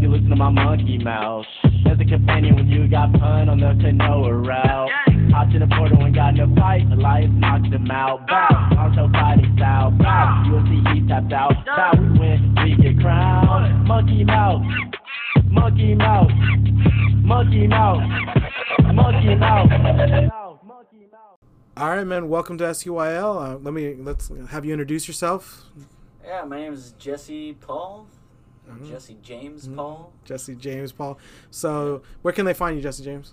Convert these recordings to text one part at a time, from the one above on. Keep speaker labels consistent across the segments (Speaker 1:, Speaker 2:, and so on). Speaker 1: you listen to my monkey mouth. As a companion, when you got pun on the canoa route. Hopped in the portal and got in a fight, Elias knocked him out. Bow, Poncho fighting style. Bow, you'll see he tapped out. Bow, we win, we get crowned. Monkey mouth, monkey mouth, monkey mouth, monkey mouth. Monkey mouth.
Speaker 2: All right, man. Welcome to SUYL. Uh, let me let's have you introduce yourself.
Speaker 3: Yeah, my name is Jesse Paul. Or
Speaker 2: Mm-hmm.
Speaker 3: Jesse James Paul.
Speaker 2: Jesse James Paul. So, where can they find you, Jesse James?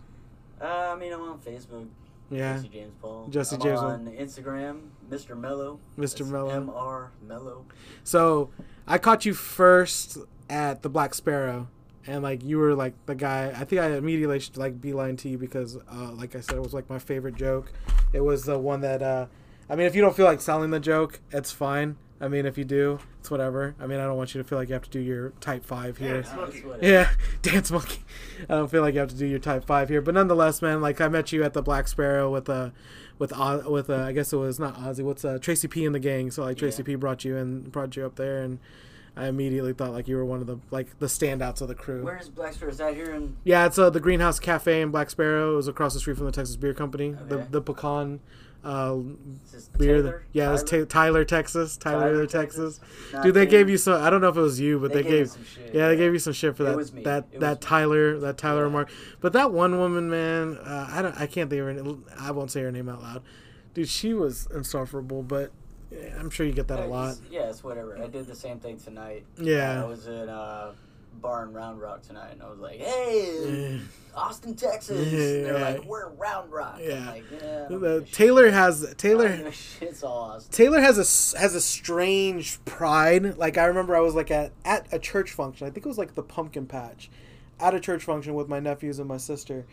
Speaker 3: Uh, I mean, I'm on Facebook.
Speaker 2: Yeah,
Speaker 3: Jesse James Paul.
Speaker 2: Jesse
Speaker 3: I'm
Speaker 2: James Paul.
Speaker 3: on Instagram, Mr. Mellow.
Speaker 2: Mr.
Speaker 3: That's
Speaker 2: Mellow.
Speaker 3: M-R Mellow.
Speaker 2: So I caught you first at the Black Sparrow, and like you were like the guy. I think I immediately should like beeline to you because, uh, like I said, it was like my favorite joke. It was the one that. Uh, I mean, if you don't feel like selling the joke, it's fine. I mean, if you do, it's whatever. I mean, I don't want you to feel like you have to do your type five here.
Speaker 3: Uh, that's what it-
Speaker 2: Yeah, Dance Monkey. I don't feel like you have to do your type five here, but nonetheless, man, like I met you at the Black Sparrow with uh, with Oz, with uh, I guess it was not Ozzy. What's uh, Tracy P in the gang? So like Tracy P brought you and brought you up there, and I immediately thought like you were one of the like the standouts of the crew.
Speaker 3: Where is Black Star? Is that here in
Speaker 2: yeah, it's uh, the Greenhouse Cafe in Black Sparrow. It was across the street from the Texas Beer Company. The
Speaker 3: Okay.
Speaker 2: the pecan. Uh,
Speaker 3: is this
Speaker 2: beer,
Speaker 3: Taylor?
Speaker 2: yeah, it's
Speaker 3: Tyler?
Speaker 2: Ta- Tyler, Texas, Tyler,
Speaker 3: Tyler,
Speaker 2: Texas.
Speaker 3: Nah,
Speaker 2: Dude, they
Speaker 3: dude.
Speaker 2: gave you some. I don't know if it was you, but
Speaker 3: They
Speaker 2: they,
Speaker 3: gave me
Speaker 2: gave,
Speaker 3: some shit,
Speaker 2: yeah, they
Speaker 3: yeah.
Speaker 2: gave you some shit for
Speaker 3: It
Speaker 2: that
Speaker 3: was me.
Speaker 2: that
Speaker 3: It
Speaker 2: that
Speaker 3: was me.
Speaker 2: Tyler that Tyler
Speaker 3: Yeah.
Speaker 2: remark. But that one woman, man, uh, I don't, I can't think of her. name. I won't say her name out loud. Dude, she was insufferable, but yeah, I'm sure you get that a
Speaker 3: Uh,
Speaker 2: lot.
Speaker 3: it's- Yeah, it's whatever. I did the same thing tonight. Uh,
Speaker 2: Yeah.
Speaker 3: I was at a bar in Round Rock tonight, and I was like, "Hey, Austin, Texas." And they're
Speaker 2: Yeah.
Speaker 3: like, "We're Round Rock." I'm
Speaker 2: Yeah.
Speaker 3: like, yeah. I don't give
Speaker 2: The,
Speaker 3: a shit.
Speaker 2: Taylor has
Speaker 3: I don't
Speaker 2: Taylor
Speaker 3: give a shit, It's all Austin.
Speaker 2: Taylor has a s- has a strange pride. Like I remember, I was like at at a church function. I think it was like the pumpkin patch, at a church function with my nephews and my sister,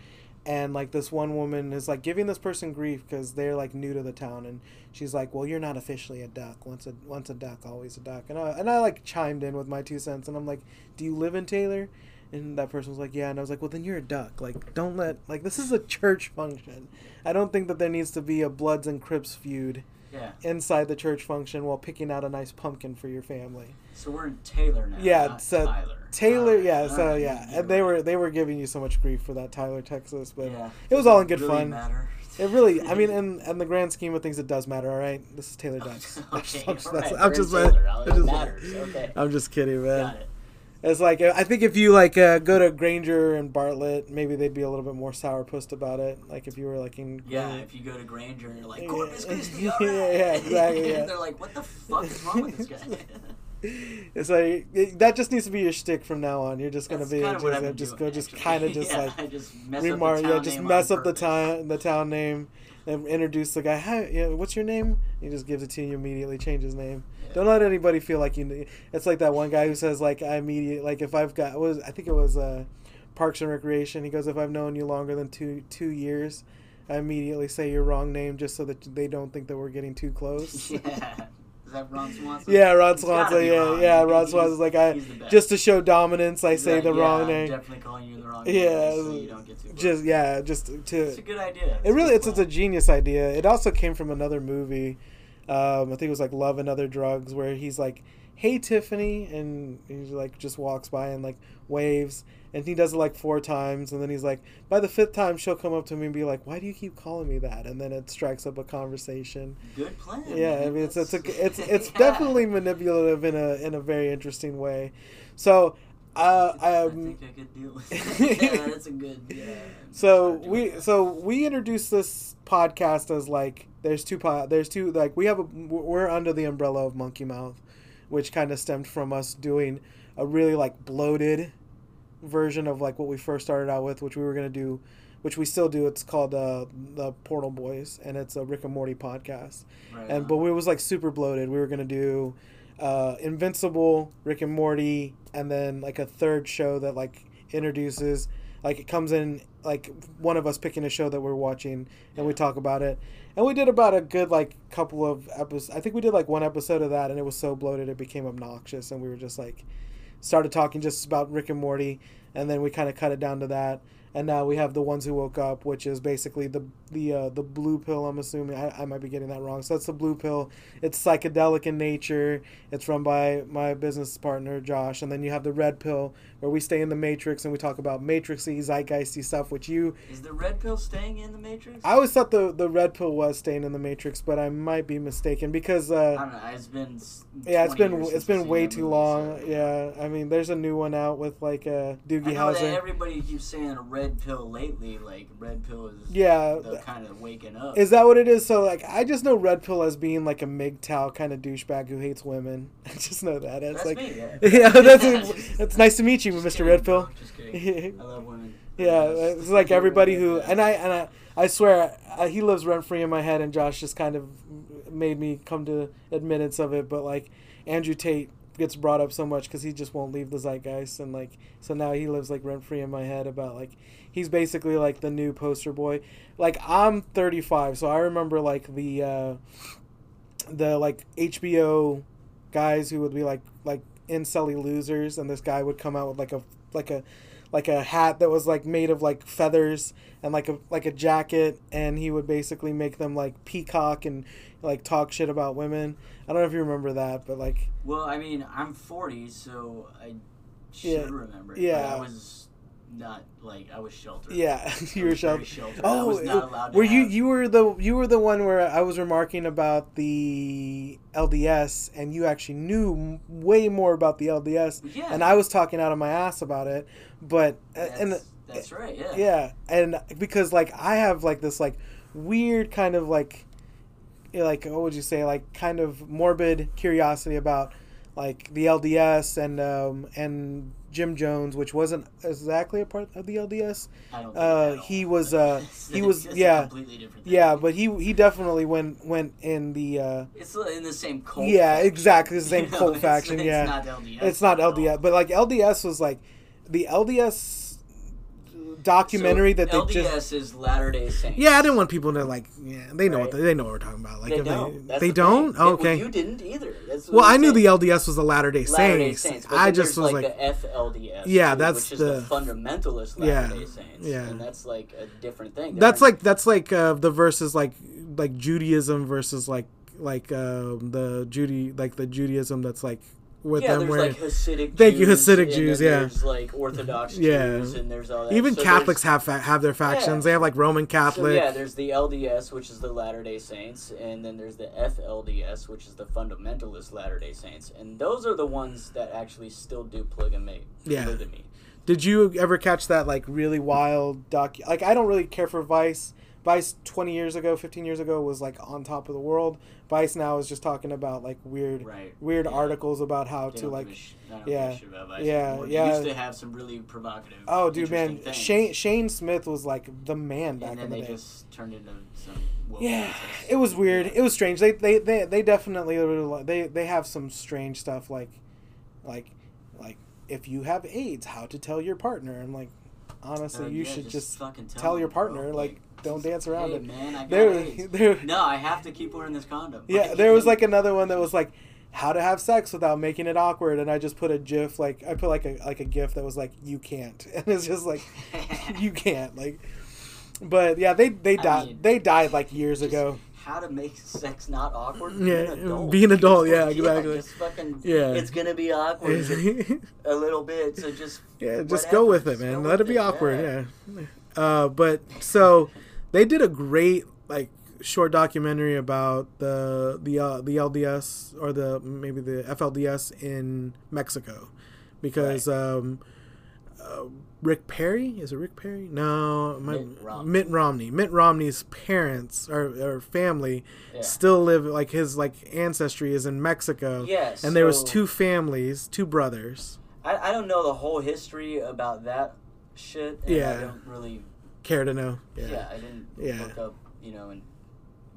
Speaker 2: and like this one woman is like giving this person grief because they're like new to the town, and she's like, "Well, you're not officially a duck. Once a once a duck, always a duck." And I and I like chimed in with my two cents, and I'm like, "Do you live in Taylor?" And that person was like, "Yeah," and I was like, "Well, then you're a duck. Like, don't let like this is a church function. I don't think that there needs to be a Bloods and Crips feud."
Speaker 3: Yeah.
Speaker 2: inside the church function while picking out a nice pumpkin for your family.
Speaker 3: So we're in Taylor now.
Speaker 2: Yeah,
Speaker 3: not
Speaker 2: so
Speaker 3: Tyler.
Speaker 2: Taylor,
Speaker 3: Alright,
Speaker 2: yeah, so
Speaker 3: alright,
Speaker 2: yeah,
Speaker 3: you're
Speaker 2: and they
Speaker 3: right.
Speaker 2: were they were giving you so much grief for that Tyler, Texas, but
Speaker 3: Yeah,
Speaker 2: it was all in good
Speaker 3: doesn't really
Speaker 2: fun.
Speaker 3: matter.
Speaker 2: It really, I mean, in, in the grand scheme of things, it does matter. All right, this is Taylor Ducks. I'm
Speaker 3: okay,
Speaker 2: just- I'm just-
Speaker 3: all right,
Speaker 2: I'm
Speaker 3: we're
Speaker 2: just
Speaker 3: in
Speaker 2: like-
Speaker 3: Taylor,
Speaker 2: I'm
Speaker 3: it
Speaker 2: just
Speaker 3: matters.
Speaker 2: like-
Speaker 3: Okay,
Speaker 2: I'm just kidding,
Speaker 3: got
Speaker 2: man.
Speaker 3: it.
Speaker 2: It's like I think if you like uh, go to Granger and Bartlett, maybe they'd be a little bit more sourpussed about it. Like if you were like in
Speaker 3: Yeah, if you go to Granger and you're like
Speaker 2: Yeah.
Speaker 3: Corpus Christi,
Speaker 2: Yeah,
Speaker 3: all right.
Speaker 2: yeah, exactly, yeah.
Speaker 3: They're like, what the fuck is wrong with this guy?
Speaker 2: It's like it, that just needs to be your shtick from now on. You're just gonna
Speaker 3: That's
Speaker 2: be
Speaker 3: kind of
Speaker 2: just,
Speaker 3: what I've been
Speaker 2: just
Speaker 3: doing,
Speaker 2: go, just
Speaker 3: actually.
Speaker 2: kind of just
Speaker 3: yeah,
Speaker 2: like
Speaker 3: I just mess
Speaker 2: remark,
Speaker 3: up the
Speaker 2: yeah,
Speaker 3: town
Speaker 2: just
Speaker 3: name
Speaker 2: mess
Speaker 3: on
Speaker 2: up the
Speaker 3: purpose.
Speaker 2: town, the town name, and introduce the guy. Hi, you know, what's your name? He just gives it to you. You immediately change his name. Don't let anybody feel like you. kn- It's like that one guy who says like I immediate like if I've got what was I think it was uh, Parks and Recreation. He goes if I've known you longer than two two years. I immediately say your wrong name just so that they don't think that we're getting too close.
Speaker 3: Yeah. Is that Ron Swanson?
Speaker 2: Yeah, Ron
Speaker 3: He's gotta
Speaker 2: Swanson.
Speaker 3: be
Speaker 2: Yeah,
Speaker 3: Ron.
Speaker 2: yeah, Ron
Speaker 3: He's-
Speaker 2: Swanson's like I
Speaker 3: he's the best.
Speaker 2: just to show dominance, I
Speaker 3: He's
Speaker 2: say
Speaker 3: like,
Speaker 2: the
Speaker 3: yeah,
Speaker 2: wrong
Speaker 3: I'm
Speaker 2: name.
Speaker 3: Definitely calling you the wrong name.
Speaker 2: Yeah,
Speaker 3: just so you don't get too close.
Speaker 2: just yeah, just
Speaker 3: It's a
Speaker 2: to.
Speaker 3: good idea.
Speaker 2: It really,
Speaker 3: good
Speaker 2: it's, it's a
Speaker 3: plan.
Speaker 2: genius idea. It also came from another movie. Um, I think it was like Love and Other Drugs, where he's like, "Hey Tiffany," and he like just walks by and like waves, and he does it like four times, and then he's like, by the fifth time, she'll come up to me and be like, "Why do you keep calling me that?" And then it strikes up a conversation.
Speaker 3: good plan.
Speaker 2: Yeah, I
Speaker 3: man.
Speaker 2: mean it's it's a,
Speaker 3: That's-
Speaker 2: it's it's
Speaker 3: Yeah.
Speaker 2: definitely manipulative in a in a very interesting way. So, uh,
Speaker 3: I
Speaker 2: um,
Speaker 3: think I could deal with that. yeah, that's a good. Yeah,
Speaker 2: so
Speaker 3: start doing
Speaker 2: we
Speaker 3: that.
Speaker 2: so we introduced this podcast as like there's two po- there's two like we have a we're under the umbrella of Monkey Mouth, which kind of stemmed from us doing a really like bloated version of like what we first started out with, which we were gonna do, which we still do. It's called uh, the Portal Boys, and it's a Rick and Morty podcast
Speaker 3: Right
Speaker 2: and
Speaker 3: on.
Speaker 2: but we was like super bloated. We were gonna do uh, Invincible, Rick and Morty, and then like a third show that like introduces like it comes in like one of us picking a show that we're watching and we talk about it. And we did about a good like couple of episodes. I think we did like one episode of that, and it was so bloated it became obnoxious, and we were just like started talking just about Rick and Morty, and then we kind of cut it down to that. And now we have the ones who woke up, which is basically the the uh, the blue pill. I'm assuming I, I might be getting that wrong. So that's the blue pill. It's psychedelic in nature. It's run by my business partner Josh. And then you have the red pill, where we stay in the matrix and we talk about matrixy zeitgeisty stuff. Which you,
Speaker 3: Is the red pill staying in the Matrix?
Speaker 2: I always thought the the red pill was staying in the matrix, but I might be mistaken because
Speaker 3: I
Speaker 2: uh,
Speaker 3: don't know. It's been. s-
Speaker 2: yeah, it's
Speaker 3: 20
Speaker 2: been
Speaker 3: years since
Speaker 2: it's
Speaker 3: I've
Speaker 2: been
Speaker 3: seen
Speaker 2: way
Speaker 3: that
Speaker 2: too
Speaker 3: movie,
Speaker 2: long.
Speaker 3: so-
Speaker 2: Yeah, I mean, there's a new one out with like uh,
Speaker 3: I
Speaker 2: Doogie
Speaker 3: know that
Speaker 2: Howser.
Speaker 3: everybody keeps saying red pill lately. Like red pill is
Speaker 2: Yeah,
Speaker 3: the kind of waking up.
Speaker 2: Is that what it is? So like, I just know Red Pill as being like a MGTOW kind of douchebag who hates women. I just know that. It's
Speaker 3: That's
Speaker 2: like,
Speaker 3: me, yeah.
Speaker 2: that's that's nice to meet you,
Speaker 3: Just
Speaker 2: Mr.
Speaker 3: kidding,
Speaker 2: Red Pill.
Speaker 3: bro, Just kidding.
Speaker 2: yeah,
Speaker 3: I love women.
Speaker 2: it's like everybody who and I and I, I swear I, he lives rent free in my head, and Josh just kind of made me come to admittance of it. But like, Andrew Tate gets brought up so much because he just won't leave the zeitgeist, and like, so now he lives like rent free in my head about like he's basically like the new poster boy. Like I'm 35, so I remember like the uh, the like HBO guys who would be like like incelly losers, and this guy would come out with like a like a like a hat that was like made of like feathers and like a like a jacket, and he would basically make them like peacock and like talk shit about women. I don't know if you remember that, but like
Speaker 3: Well, I mean, I'm 40, so I should
Speaker 2: Yeah.
Speaker 3: remember. it,
Speaker 2: Yeah.
Speaker 3: But I was not like I was sheltered.
Speaker 2: yeah,
Speaker 3: I
Speaker 2: you were
Speaker 3: was
Speaker 2: shocked.
Speaker 3: very sheltered. I
Speaker 2: Oh,
Speaker 3: was not allowed to
Speaker 2: were you
Speaker 3: have-
Speaker 2: you were the you were the one where I was remarking about the LDS and you actually knew m- way more about the LDS
Speaker 3: Yeah.
Speaker 2: and I was talking out of my ass about it, but uh,
Speaker 3: That's,
Speaker 2: and
Speaker 3: that's right. Yeah.
Speaker 2: yeah, and because like I have like this like weird kind of like you know, like what would you say like kind of morbid curiosity about like the LDS and um and Jim Jones, which wasn't exactly a part of the LDS.
Speaker 3: I don't. think
Speaker 2: Uh,
Speaker 3: at all.
Speaker 2: he was uh
Speaker 3: It's-
Speaker 2: he was
Speaker 3: it's a
Speaker 2: yeah
Speaker 3: Completely different. Thing.
Speaker 2: yeah, but he he definitely went went in the uh
Speaker 3: It's in the same cult.
Speaker 2: Yeah,
Speaker 3: faction,
Speaker 2: exactly, the same
Speaker 3: you know,
Speaker 2: cult
Speaker 3: it's-
Speaker 2: faction,
Speaker 3: It's
Speaker 2: yeah.
Speaker 3: not LDS.
Speaker 2: it's not
Speaker 3: at all.
Speaker 2: LDS, but like LDS was like the LDS documentary
Speaker 3: So,
Speaker 2: that they
Speaker 3: LDS
Speaker 2: just
Speaker 3: is Latter Day Saints.
Speaker 2: Yeah, I didn't want people to like. Yeah, they know what
Speaker 3: Right.
Speaker 2: they, they know what we're talking about. Like
Speaker 3: They
Speaker 2: if
Speaker 3: don't.
Speaker 2: they,
Speaker 3: That's
Speaker 2: they
Speaker 3: the
Speaker 2: don't.
Speaker 3: thing.
Speaker 2: Oh,
Speaker 3: They- Well,
Speaker 2: okay.
Speaker 3: you didn't either. That's what
Speaker 2: Well,
Speaker 3: I'm
Speaker 2: I knew
Speaker 3: saying.
Speaker 2: the LDS was the Latter Day
Speaker 3: Latter Day
Speaker 2: Saints.
Speaker 3: Saints. but
Speaker 2: I
Speaker 3: then
Speaker 2: just
Speaker 3: there's,
Speaker 2: was like,
Speaker 3: the FLDS.
Speaker 2: Yeah,
Speaker 3: too,
Speaker 2: that's
Speaker 3: which is the,
Speaker 2: the-
Speaker 3: fundamentalist Latter
Speaker 2: Yeah,
Speaker 3: Day Saints.
Speaker 2: yeah.
Speaker 3: and that's like a different thing. They're
Speaker 2: that's
Speaker 3: not-
Speaker 2: like that's like uh, the versus like like Judaism versus like like um, the Judy like the Judaism that's like with
Speaker 3: yeah,
Speaker 2: them
Speaker 3: there's
Speaker 2: where
Speaker 3: like Hasidic.
Speaker 2: Thank you,
Speaker 3: Jews,
Speaker 2: Hasidic
Speaker 3: and
Speaker 2: Jews,
Speaker 3: then
Speaker 2: yeah.
Speaker 3: There's like Orthodox
Speaker 2: Yeah.
Speaker 3: Jews, and there's all that.
Speaker 2: even
Speaker 3: So there's-
Speaker 2: Catholics have fa- have their factions. They have like Roman
Speaker 3: So
Speaker 2: Catholic.
Speaker 3: yeah, there's the LDS, which is the Latter Day Saints, and then there's the FLDS, which is the Fundamentalist Latter Day Saints, and those are the ones that actually still do polygamy.
Speaker 2: Yeah.
Speaker 3: polygamy.
Speaker 2: Did you ever catch that like really wild doc? Like I don't really care for Vice. Vice twenty years ago, fifteen years ago was like on top of the world. Vice now is just talking about like weird
Speaker 3: right?
Speaker 2: weird
Speaker 3: Yeah.
Speaker 2: articles about how
Speaker 3: They
Speaker 2: to
Speaker 3: don't
Speaker 2: like
Speaker 3: give a sh- I don't
Speaker 2: yeah,
Speaker 3: give a shit about Vice
Speaker 2: yeah,
Speaker 3: anymore.
Speaker 2: yeah.
Speaker 3: They used to have some really provocative.
Speaker 2: oh dude man
Speaker 3: interesting things,
Speaker 2: shane shane smith was like the man back
Speaker 3: And then
Speaker 2: in the
Speaker 3: they
Speaker 2: day
Speaker 3: just turned into some. woke
Speaker 2: yeah
Speaker 3: nonsense.
Speaker 2: it was weird it was strange they they they, they definitely were like- they they have some strange stuff like like like if you have aids how to tell your partner i'm like honestly
Speaker 3: Uh,
Speaker 2: you
Speaker 3: yeah,
Speaker 2: should just,
Speaker 3: fucking
Speaker 2: tell,
Speaker 3: them,
Speaker 2: your
Speaker 3: bro,
Speaker 2: partner like don't dance around
Speaker 3: hey,
Speaker 2: it
Speaker 3: man, I got
Speaker 2: there
Speaker 3: AIDS.
Speaker 2: there
Speaker 3: No, I have to keep wearing this condom.
Speaker 2: yeah there was like another one that was like how to have sex without making it awkward and i just put a gif like i put like a like a gif that was like you can't and it's just like you can't like but yeah they they
Speaker 3: I
Speaker 2: died
Speaker 3: mean,
Speaker 2: they died like years
Speaker 3: just-
Speaker 2: ago
Speaker 3: how to make sex not awkward?
Speaker 2: Yeah,
Speaker 3: be an adult.
Speaker 2: be an adult, yeah,
Speaker 3: Just
Speaker 2: exactly.
Speaker 3: just fucking,
Speaker 2: Yeah.
Speaker 3: it's gonna be awkward
Speaker 2: yeah
Speaker 3: a little bit. So just
Speaker 2: just
Speaker 3: whatever,
Speaker 2: go with it
Speaker 3: just
Speaker 2: man
Speaker 3: go
Speaker 2: let it
Speaker 3: with
Speaker 2: be awkward yeah, uh but so they did a great like short documentary about the the uh, the LDS or the maybe the FLDS in Mexico because um uh, Rick Perry is it Rick Perry? No, my,
Speaker 3: Mitt Romney.
Speaker 2: Mitt Romney. Mitt Romney's parents or, or family
Speaker 3: Yeah.
Speaker 2: still live like his like ancestry is in Mexico.
Speaker 3: Yes.
Speaker 2: and there was
Speaker 3: so-
Speaker 2: two families, two brothers.
Speaker 3: I, I don't know the whole history about that shit. And
Speaker 2: Yeah.
Speaker 3: I don't really.
Speaker 2: Care to know?
Speaker 3: Yeah. I didn't
Speaker 2: Yeah.
Speaker 3: look up, you know, and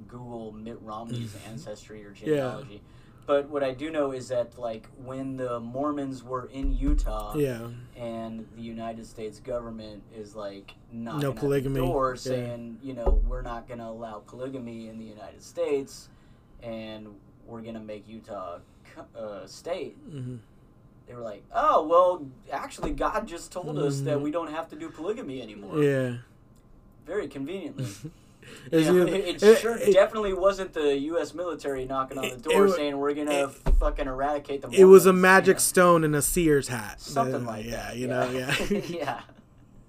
Speaker 3: Google Mitt Romney's
Speaker 2: Mm-hmm.
Speaker 3: ancestry or genealogy. But what I do know is that, like, when the Mormons were in Utah
Speaker 2: Yeah.
Speaker 3: and the United States government is, like, knocking
Speaker 2: No
Speaker 3: at the
Speaker 2: polygamy,
Speaker 3: door
Speaker 2: yeah.
Speaker 3: saying, you know, we're not going to allow polygamy in the United States and we're going to make Utah a uh, state
Speaker 2: hmm
Speaker 3: they were like, "Oh, well, actually, God just told us that
Speaker 2: Mhm.
Speaker 3: we don't have to do polygamy anymore."
Speaker 2: Yeah.
Speaker 3: Very conveniently.
Speaker 2: It's
Speaker 3: Yeah,
Speaker 2: either-
Speaker 3: it,
Speaker 2: it-
Speaker 3: sure
Speaker 2: it-
Speaker 3: definitely wasn't the U.S. military knocking on the
Speaker 2: It-
Speaker 3: door
Speaker 2: it-
Speaker 3: saying we're gonna
Speaker 2: it-
Speaker 3: fucking eradicate the.
Speaker 2: it was a
Speaker 3: Mormons," you
Speaker 2: magic
Speaker 3: know?
Speaker 2: stone in a seer's hat.
Speaker 3: something
Speaker 2: Uh,
Speaker 3: like
Speaker 2: yeah,
Speaker 3: that.
Speaker 2: you know, yeah.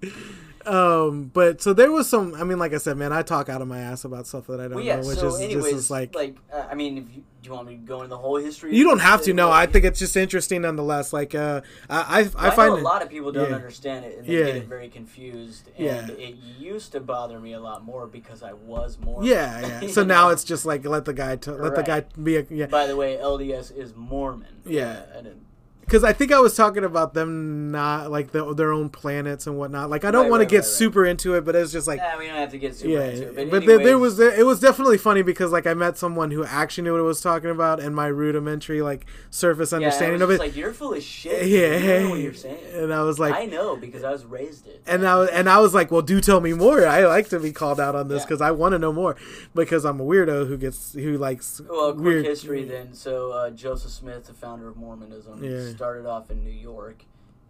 Speaker 3: yeah.
Speaker 2: um, but so there was some. I mean, like I said, man, I talk out of my ass about stuff that I don't
Speaker 3: Well, yeah.
Speaker 2: know, which
Speaker 3: so,
Speaker 2: is
Speaker 3: anyways,
Speaker 2: just is like.
Speaker 3: like, uh, I mean, if you, do you want me to go into the whole history?
Speaker 2: you don't have to
Speaker 3: know.
Speaker 2: know. I think it's just interesting nonetheless. Like, uh, I, I, I
Speaker 3: know
Speaker 2: find
Speaker 3: a
Speaker 2: it-
Speaker 3: lot of people don't
Speaker 2: yeah.
Speaker 3: understand it and they
Speaker 2: Yeah.
Speaker 3: get it very confused. And
Speaker 2: Yeah.
Speaker 3: it used to bother me a lot more because I was more.
Speaker 2: Yeah, yeah. So now it's just like let the guy t- let the guy
Speaker 3: Right.
Speaker 2: be a yeah.
Speaker 3: By the way, LDS is Mormon.
Speaker 2: Yeah.
Speaker 3: Uh, and it-
Speaker 2: Because I think I was talking about them not like the, their own planets and whatnot. Like I don't
Speaker 3: Right,
Speaker 2: want
Speaker 3: right,
Speaker 2: to get
Speaker 3: right, right.
Speaker 2: super into it, but it was just like.
Speaker 3: nah, we don't have to get super
Speaker 2: Yeah,
Speaker 3: into it. But,
Speaker 2: but, there, there
Speaker 3: anyways,
Speaker 2: was it was definitely funny because like I met someone who actually knew what it was talking about, and my rudimentary like surface
Speaker 3: yeah, I was
Speaker 2: understanding
Speaker 3: just
Speaker 2: of it.
Speaker 3: Like you're full of shit.
Speaker 2: yeah,
Speaker 3: You know what you're saying.
Speaker 2: and I was like,
Speaker 3: I know because I was raised it.
Speaker 2: and I was, and I was like, well, do tell me more. I like to be called out on this
Speaker 3: Yeah.
Speaker 2: because I want to know more because I'm a weirdo who gets who likes
Speaker 3: Well, quick
Speaker 2: weird
Speaker 3: history then. So uh, Joseph Smith, the founder of Mormonism,
Speaker 2: Yeah.
Speaker 3: started off in New York,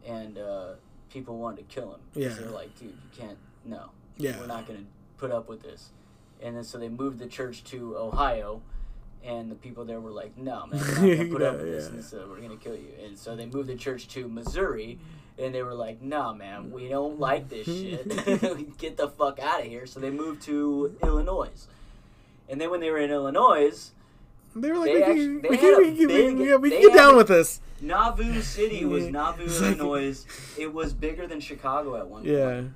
Speaker 3: and uh, people wanted to kill him. 'Cause
Speaker 2: Yeah.
Speaker 3: They're like, dude, you can't. No.
Speaker 2: Yeah.
Speaker 3: We're not going to put up with this. And then so they moved the church to Ohio, and the people there were like, no, man, we're not going to put up
Speaker 2: Yeah,
Speaker 3: with this.
Speaker 2: yeah.
Speaker 3: And so we're going to kill you. And so they moved the church to Missouri. And they were like, nah, man, we don't like this shit. Get the fuck out of here. So they moved to Illinois. And then when they were in Illinois,
Speaker 2: They were like,
Speaker 3: They
Speaker 2: we
Speaker 3: actu-
Speaker 2: can,
Speaker 3: they
Speaker 2: we
Speaker 3: had
Speaker 2: can,
Speaker 3: a
Speaker 2: we can, we
Speaker 3: big-
Speaker 2: can, yeah, we
Speaker 3: they
Speaker 2: can get
Speaker 3: had
Speaker 2: down
Speaker 3: a-
Speaker 2: with this.
Speaker 3: Nauvoo City was
Speaker 2: Yeah.
Speaker 3: Nauvoo,
Speaker 2: It's like-
Speaker 3: Illinois. It was bigger than Chicago at one
Speaker 2: Yeah,
Speaker 3: point.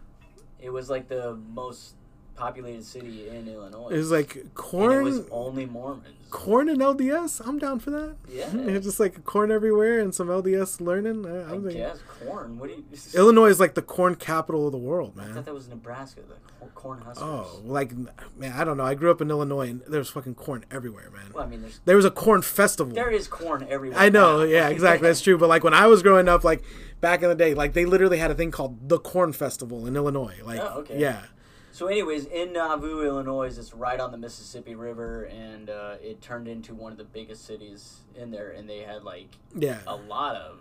Speaker 3: It was like the most populated city in Illinois.
Speaker 2: it was like
Speaker 3: and it
Speaker 2: corn,
Speaker 3: was only Mormons.
Speaker 2: corn and LDS. I'm down for that.
Speaker 3: Yeah.
Speaker 2: It's just like corn everywhere and some LDS learning. I,
Speaker 3: I
Speaker 2: I'm thinking.
Speaker 3: guess corn. What do you?
Speaker 2: Illinois is like the corn capital of the world,
Speaker 3: I thought
Speaker 2: man.
Speaker 3: that was Nebraska. The cor- corn huskers.
Speaker 2: Oh, like man, I don't know. I grew up in Illinois and there was fucking corn everywhere, man.
Speaker 3: Well, I mean, there's
Speaker 2: There was a corn festival.
Speaker 3: there is corn everywhere.
Speaker 2: I know,
Speaker 3: now.
Speaker 2: yeah, exactly. That's true. But like when I was growing up, like back in the day, like they literally had a thing called the Corn Festival in Illinois. Like,
Speaker 3: Oh, okay.
Speaker 2: yeah,
Speaker 3: So, anyways, in Nauvoo, Illinois, it's right on the Mississippi River, and uh, it turned into one of the biggest cities in there, and they had like
Speaker 2: yeah.
Speaker 3: a lot of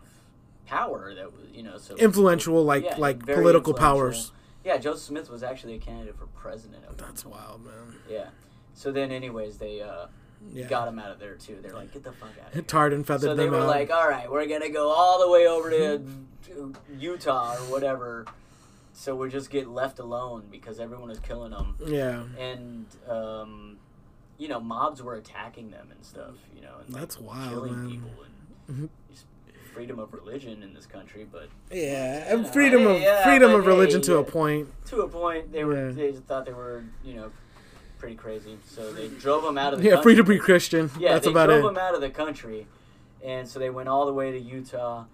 Speaker 3: power that was, you know, so
Speaker 2: influential like
Speaker 3: Yeah,
Speaker 2: like
Speaker 3: very
Speaker 2: political
Speaker 3: influential.
Speaker 2: powers.
Speaker 3: Yeah, Joseph Smith was actually a candidate for president. Of
Speaker 2: That's wild, man.
Speaker 3: yeah. So then, anyways, they uh,
Speaker 2: Yeah. uh,
Speaker 3: got him out of there too. They're like, get the fuck out of here.
Speaker 2: Tarred and feathered
Speaker 3: So they
Speaker 2: them
Speaker 3: were
Speaker 2: out.
Speaker 3: like, all right, we're gonna go all the way over to to Utah or whatever. So we just get left alone because everyone is killing them,
Speaker 2: yeah,
Speaker 3: and um, you know, mobs were attacking them and stuff. You know, and like,
Speaker 2: That's wild,
Speaker 3: killing
Speaker 2: man. Mm-hmm.
Speaker 3: people and just freedom of religion in this country, but
Speaker 2: yeah, and freedom of
Speaker 3: Yeah,
Speaker 2: freedom
Speaker 3: but
Speaker 2: of religion
Speaker 3: hey,
Speaker 2: to a
Speaker 3: yeah.
Speaker 2: point.
Speaker 3: to a point they were
Speaker 2: Yeah.
Speaker 3: they just thought they were you know pretty crazy so they drove them out of the
Speaker 2: Yeah, free
Speaker 3: country.
Speaker 2: to be Christian.
Speaker 3: oh, yeah
Speaker 2: That's
Speaker 3: they
Speaker 2: about
Speaker 3: drove
Speaker 2: it.
Speaker 3: them out of the country and so they went all the way to utah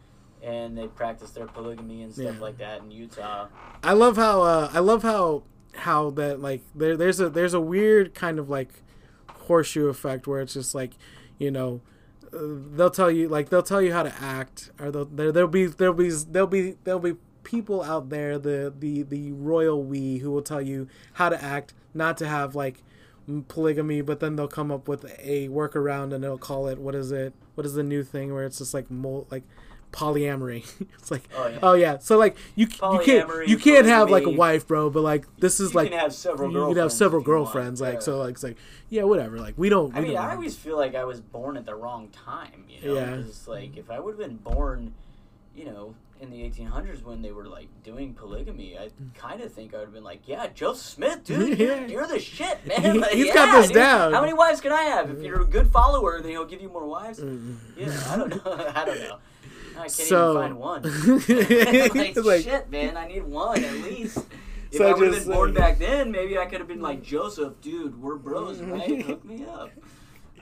Speaker 3: and they practiced their polygamy and stuff
Speaker 2: Yeah.
Speaker 3: like that in utah
Speaker 2: I love how uh, I love how how that like there there's a there's a weird kind of like horseshoe effect where it's just like you know uh, they'll tell you like they'll tell you how to act or they'll, there there'll be there'll be there'll be there'll be people out there the the the royal we who will tell you how to act not to have like m- polygamy but then they'll come up with a workaround and they'll call it what is it what is the new thing where it's just like mul- like polyamory it's like
Speaker 3: Oh, yeah.
Speaker 2: oh yeah so like you c- you
Speaker 3: Polyamory,
Speaker 2: can't you can't have like a
Speaker 3: polygamy.
Speaker 2: wife, bro. But like this is
Speaker 3: you
Speaker 2: like
Speaker 3: can have several
Speaker 2: you
Speaker 3: girlfriends
Speaker 2: can have several
Speaker 3: if you want,
Speaker 2: girlfriends. Like
Speaker 3: yeah.
Speaker 2: so, like it's like yeah, whatever. Like we don't. We
Speaker 3: I mean,
Speaker 2: don't
Speaker 3: I
Speaker 2: have-
Speaker 3: always feel like I was born at the wrong time, you know?
Speaker 2: Yeah.
Speaker 3: 'cause, like, if I would have been born, you know, in the 1800s when they were, like, doing polygamy, I kind of think I would have been like, yeah, Joe Smith, dude,
Speaker 2: Hmm. Yeah.
Speaker 3: you're, you're the shit, man. Like,
Speaker 2: He's got
Speaker 3: yeah,
Speaker 2: this
Speaker 3: dude,
Speaker 2: down.
Speaker 3: How many wives can I have? If you're a good follower, then he'll give you more wives. Yeah, I don't know. I don't know. I can't
Speaker 2: Mm-hmm. So-
Speaker 3: even find one. like,
Speaker 2: It's like-
Speaker 3: shit, man, I need one at least. If
Speaker 2: So
Speaker 3: I would have
Speaker 2: just,
Speaker 3: been born
Speaker 2: uh,
Speaker 3: back then, maybe I could have been like Joseph, dude. We're bros,
Speaker 2: Mm-hmm.
Speaker 3: right? Hook me up.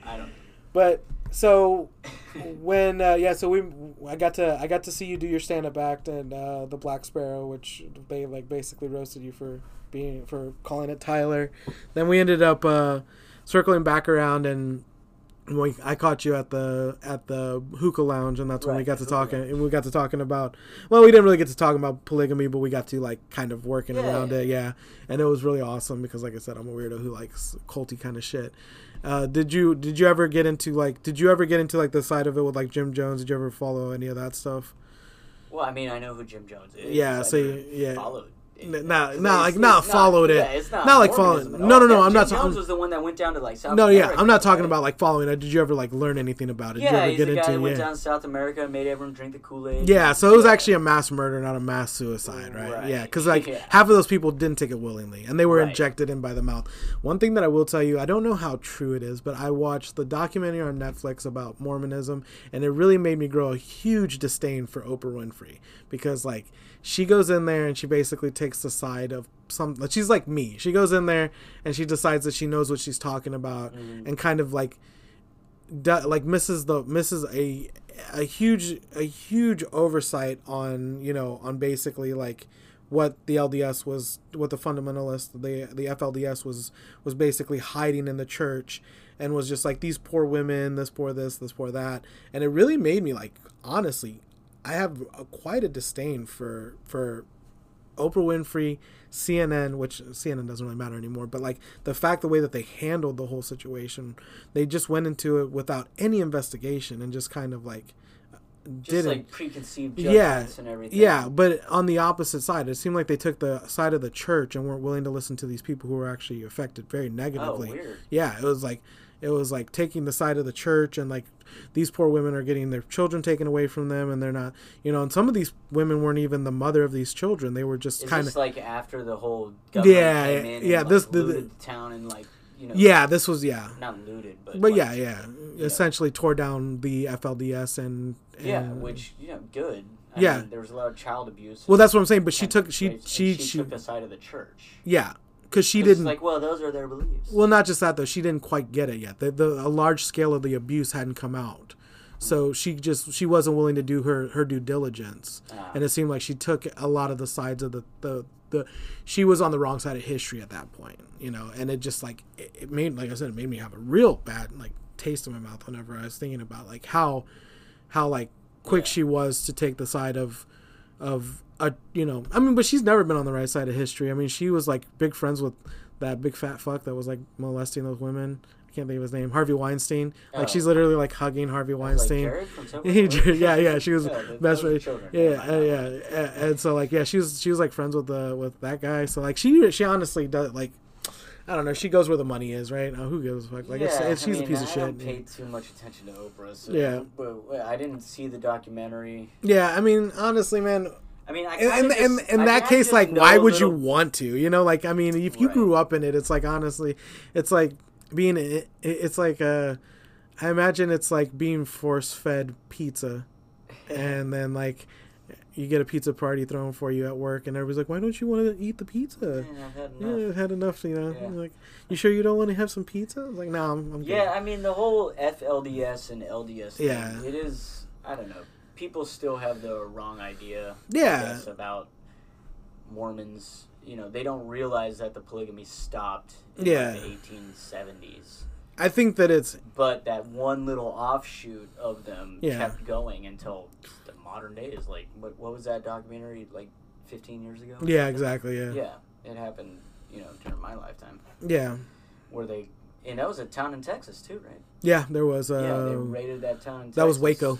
Speaker 3: I don't.
Speaker 2: But so when uh, yeah, so we I got to I got to see you do your stand up act and uh, the Black Sparrow, which they like basically roasted you for being for calling it Tyler. Then we ended up uh, circling back around and. We, I caught you at the at the hookah lounge, and that's when we
Speaker 3: Right,
Speaker 2: got to
Speaker 3: hookah
Speaker 2: talking. And we got to talking about well, we didn't really get to talking about polygamy, but we got to like kind of working
Speaker 3: Yeah,
Speaker 2: around
Speaker 3: yeah.
Speaker 2: it, yeah. And it was really awesome because, like I said, I'm a weirdo who likes culty kind of shit. Uh, did you did you ever get into like did you ever get into like the side of it with like Jim Jones? Did you ever follow any of that stuff?
Speaker 3: Well, I mean, I know who Jim Jones is.
Speaker 2: Yeah,
Speaker 3: I
Speaker 2: so
Speaker 3: never
Speaker 2: you- yeah.
Speaker 3: followed
Speaker 2: N- Nah,
Speaker 3: It's-
Speaker 2: nah, like
Speaker 3: it's
Speaker 2: not followed
Speaker 3: yeah,
Speaker 2: it.
Speaker 3: it's not,
Speaker 2: Not like
Speaker 3: Mormonism at
Speaker 2: followed- no,
Speaker 3: all.
Speaker 2: no, no,
Speaker 3: Yeah,
Speaker 2: I'm not
Speaker 3: Jim
Speaker 2: ta-
Speaker 3: Jones
Speaker 2: I'm-
Speaker 3: was the one that went down to like South
Speaker 2: No, yeah,
Speaker 3: America,
Speaker 2: I'm not talking
Speaker 3: right?
Speaker 2: about like following it. Did you ever like learn anything about it? Did you
Speaker 3: Yeah,
Speaker 2: ever
Speaker 3: he's
Speaker 2: get
Speaker 3: the guy who
Speaker 2: into
Speaker 3: went
Speaker 2: it? Yeah.
Speaker 3: down to South America and made everyone drink the Kool Aid.
Speaker 2: yeah, so it was actually a mass murder, not a mass suicide, right?
Speaker 3: Right.
Speaker 2: Yeah, because like
Speaker 3: Yeah.
Speaker 2: half of those people didn't take it willingly, and they were
Speaker 3: Right.
Speaker 2: injected in by the mouth. One thing that I will tell you, I don't know how true it is, but I watched the documentary on Netflix about Mormonism, and it really made me grow a huge disdain for Oprah Winfrey because like she goes in there and she basically takes the side of some. She's like me. She goes in there and she decides that she knows what she's talking about,
Speaker 3: Mm-hmm.
Speaker 2: and kind of like do, like misses the misses a a huge a huge oversight on you know on basically like what the LDS was what the fundamentalist the the FLDS was was basically hiding in the church and was just like these poor women this poor this this poor that and it really made me like honestly I have a, quite a disdain for for Oprah Winfrey, CNN, which CNN doesn't really matter anymore, but like the fact the way that they handled the whole situation, they just went into it without any investigation and just kind of like
Speaker 3: just
Speaker 2: didn't.
Speaker 3: like preconceived
Speaker 2: Yeah,
Speaker 3: judgments and everything.
Speaker 2: yeah, but on the opposite side, it seemed like they took the side of the church and weren't willing to listen to these people who were actually affected very
Speaker 3: Oh,
Speaker 2: negatively.
Speaker 3: weird.
Speaker 2: Yeah, it was like it was like taking the side of the church and like these poor women are getting their children taken away from them and they're not you know and some of these women weren't even the mother of these children they were just
Speaker 3: Is
Speaker 2: kind of
Speaker 3: this like after the whole government
Speaker 2: Yeah,
Speaker 3: came
Speaker 2: yeah,
Speaker 3: in
Speaker 2: yeah,
Speaker 3: and,
Speaker 2: this-
Speaker 3: like,
Speaker 2: the- the-
Speaker 3: looted the town and like you know
Speaker 2: yeah this was yeah
Speaker 3: not looted but
Speaker 2: but
Speaker 3: like,
Speaker 2: yeah, yeah essentially tore down the FLDS and, and
Speaker 3: yeah which you know good I
Speaker 2: Yeah.
Speaker 3: mean, there was a lot of child abuse
Speaker 2: well
Speaker 3: and
Speaker 2: that's what I'm saying but she
Speaker 3: kind
Speaker 2: took
Speaker 3: of
Speaker 2: she
Speaker 3: rapes, and
Speaker 2: she
Speaker 3: she
Speaker 2: she
Speaker 3: took the side of the church
Speaker 2: yeah because she
Speaker 3: 'Cause it's
Speaker 2: didn't
Speaker 3: like well those are their beliefs
Speaker 2: Well, not just that though. She didn't quite get it yet. The, the a large scale of the abuse hadn't come out, so she just she wasn't willing to do her her due diligence,
Speaker 3: Ah.
Speaker 2: and it seemed like she took a lot of the sides of the the the. She was on the wrong side of history at that point, you know, and it just like it, it made like I said, it made me have a real bad like taste in my mouth whenever I was thinking about like how how like quick she was to take the side of of a you know I mean but she's never been on the right side of history. I mean she was like big friends with that big fat fuck that was like molesting those women. I can't think of his name. Harvey Weinstein. Like
Speaker 3: Oh.
Speaker 2: she's literally like hugging Harvey
Speaker 3: like
Speaker 2: Weinstein.
Speaker 3: Jared from South
Speaker 2: He-
Speaker 3: Park.
Speaker 2: yeah, yeah, she was
Speaker 3: Yeah, th-
Speaker 2: best
Speaker 3: those are
Speaker 2: friend.
Speaker 3: children.
Speaker 2: Yeah, uh, yeah, uh, and so like yeah, she was she was like friends with the with that guy. So like she she honestly does like I don't know. She goes where the money is, right? Uh, who gives a fuck? Like it's,
Speaker 3: Yeah,
Speaker 2: it's,
Speaker 3: I
Speaker 2: she's
Speaker 3: mean,
Speaker 2: a piece
Speaker 3: I
Speaker 2: of
Speaker 3: don't
Speaker 2: shit.
Speaker 3: pay too much attention to Oprah. So,
Speaker 2: Yeah.
Speaker 3: but, but I didn't see the documentary.
Speaker 2: Yeah, I mean honestly, man,
Speaker 3: I mean, I
Speaker 2: in,
Speaker 3: kinda
Speaker 2: in,
Speaker 3: just,
Speaker 2: in, in
Speaker 3: I
Speaker 2: that
Speaker 3: kinda
Speaker 2: case
Speaker 3: just
Speaker 2: like
Speaker 3: know
Speaker 2: why
Speaker 3: a
Speaker 2: would
Speaker 3: little,
Speaker 2: you want to you know like i mean if you
Speaker 3: Right.
Speaker 2: grew up in it it's like honestly it's like being it, it's like uh i imagine it's like being force fed pizza and then like you get a pizza party thrown for you at work and everybody's like why don't you want to eat the pizza
Speaker 3: Man, I've had
Speaker 2: yeah,
Speaker 3: enough.
Speaker 2: I've had enough you know
Speaker 3: Yeah.
Speaker 2: like you sure you don't want to have some pizza I was like no i'm, I'm good."
Speaker 3: Yeah, I mean the whole FLDS and LDS thing.
Speaker 2: Yeah.
Speaker 3: It is. I don't know. People still have the wrong idea. I
Speaker 2: Yeah.
Speaker 3: guess, about Mormons. You know, they don't realize that the polygamy stopped in like,
Speaker 2: Yeah.
Speaker 3: the eighteen seventies.
Speaker 2: i think that it's
Speaker 3: But that one little offshoot of them
Speaker 2: Yeah.
Speaker 3: kept going until the modern day is like what, what was that documentary like fifteen years ago?
Speaker 2: yeah exactly yeah yeah,
Speaker 3: Yeah. It happened, you know, during my lifetime.
Speaker 2: yeah.
Speaker 3: Where they and that was a town in Texas too, right?
Speaker 2: there was uh
Speaker 3: yeah, they raided that town. in
Speaker 2: that was
Speaker 3: Texas.
Speaker 2: waco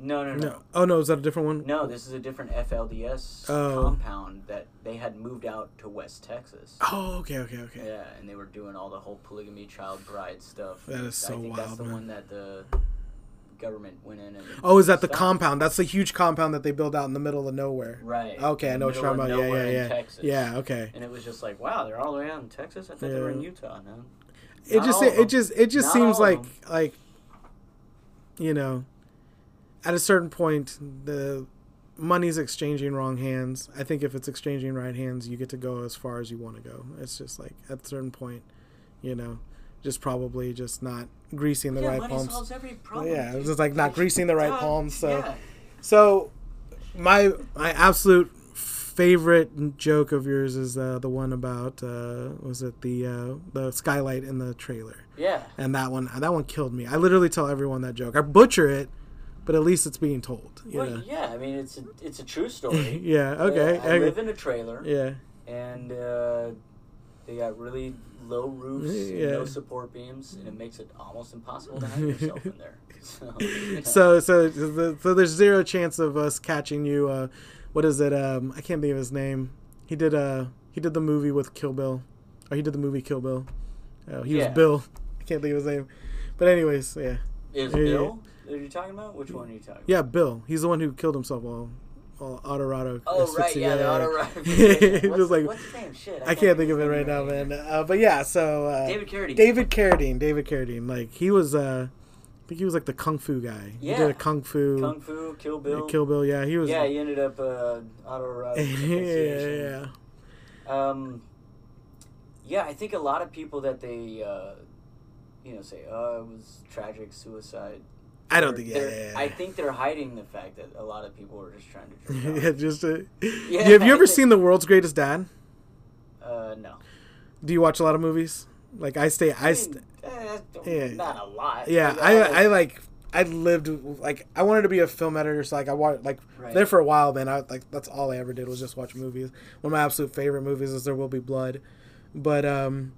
Speaker 3: No, no, no,
Speaker 2: no
Speaker 3: no.
Speaker 2: oh no is that a different one
Speaker 3: this is a different FLDS
Speaker 2: Oh.
Speaker 3: compound that they had moved out to West Texas.
Speaker 2: Oh, okay, okay, okay.
Speaker 3: Yeah, and they were doing all the whole polygamy child bride stuff.
Speaker 2: That is so
Speaker 3: I think
Speaker 2: wild,
Speaker 3: that's the
Speaker 2: man.
Speaker 3: one that the government went in and
Speaker 2: Oh, is that the
Speaker 3: stopped.
Speaker 2: compound? That's the huge compound that they build out in the middle of nowhere.
Speaker 3: Right.
Speaker 2: Okay, I
Speaker 3: in
Speaker 2: know
Speaker 3: the
Speaker 2: what you're
Speaker 3: middle
Speaker 2: talking
Speaker 3: of
Speaker 2: about. Yeah,
Speaker 3: nowhere
Speaker 2: yeah,
Speaker 3: in
Speaker 2: yeah.
Speaker 3: Texas.
Speaker 2: Yeah, okay.
Speaker 3: And it was just like, wow, they're all the way out in Texas. I thought they were in
Speaker 2: Yeah.
Speaker 3: Utah. No.
Speaker 2: It
Speaker 3: Not
Speaker 2: just
Speaker 3: all of
Speaker 2: it,
Speaker 3: them.
Speaker 2: just it just
Speaker 3: Not
Speaker 2: seems
Speaker 3: all of
Speaker 2: like like you know, at a certain point the money's exchanging wrong hands. I think if it's exchanging right hands, you get to go as far as you want to go. It's just like at a certain point, you know, just probably just not greasing the
Speaker 3: yeah,
Speaker 2: right
Speaker 3: money
Speaker 2: palms.
Speaker 3: solves every problem.
Speaker 2: Yeah, it's
Speaker 3: dude.
Speaker 2: just like not greasing the right
Speaker 3: Duh.
Speaker 2: palms, so
Speaker 3: Yeah.
Speaker 2: So, my my absolute favorite joke of yours is uh, the one about uh, was it the uh, the skylight in the trailer,
Speaker 3: yeah.
Speaker 2: and that one that one killed me. I literally tell everyone that joke. I butcher it, but at least it's being told. You
Speaker 3: Well,
Speaker 2: know?
Speaker 3: yeah, I mean it's a it's a true story.
Speaker 2: yeah. Okay.
Speaker 3: I live in a trailer,
Speaker 2: yeah.
Speaker 3: and uh, they got really low roofs, and
Speaker 2: Yeah.
Speaker 3: no support beams, and it makes it almost impossible to hide yourself in there. So, yeah.
Speaker 2: So so so there's zero chance of us catching you. Uh, what is it? Um, I can't think of his name. He did uh he did the movie with Kill Bill, or he did the movie Kill Bill. Oh, he
Speaker 3: Yeah.
Speaker 2: was Bill. I can't think of his name, but anyways, yeah,
Speaker 3: Is
Speaker 2: Yeah, yeah,
Speaker 3: Bill? Are you talking about? Which one are you talking
Speaker 2: yeah, Bill. He's the one who killed himself while while
Speaker 3: about?
Speaker 2: Autorado.
Speaker 3: Oh, right,
Speaker 2: asphyxia-
Speaker 3: yeah, the auto
Speaker 2: He was
Speaker 3: what's,
Speaker 2: like-
Speaker 3: what's his name? Shit.
Speaker 2: I can't think of it right now, man. Uh, but yeah, so uh,
Speaker 3: David Carradine.
Speaker 2: David Carradine, David Carradine, like he was, uh, I think he was like the kung fu guy. He
Speaker 3: Yeah.
Speaker 2: did a kung fu,
Speaker 3: Kung Fu, Kill Bill.
Speaker 2: Kill Bill. Yeah, he was.
Speaker 3: yeah, he ended up uh, auto
Speaker 2: yeah, yeah.
Speaker 3: Um, yeah, I think a lot of people that they, uh, you know, say, oh, it was tragic suicide.
Speaker 2: I don't
Speaker 3: They're-
Speaker 2: think. Yeah,
Speaker 3: they're-
Speaker 2: yeah, yeah.
Speaker 3: I think they're hiding the fact that a lot of people were just trying to drink.
Speaker 2: yeah, just. Uh,
Speaker 3: Yeah,
Speaker 2: have
Speaker 3: I
Speaker 2: you ever
Speaker 3: think-
Speaker 2: seen The World's Greatest Dad?
Speaker 3: Uh, no.
Speaker 2: Do you watch a lot of movies? Like I stay, I,
Speaker 3: I
Speaker 2: st-
Speaker 3: mean, eh, that's
Speaker 2: yeah.
Speaker 3: not a lot.
Speaker 2: yeah,
Speaker 3: Like, oh,
Speaker 2: I,
Speaker 3: don't-
Speaker 2: I like, I lived like I wanted to be a film editor, so like I wanted like
Speaker 3: Right.
Speaker 2: there for a while, man. I like that's all I ever did was just watch movies. One of my absolute favorite movies is There Will Be Blood, but um,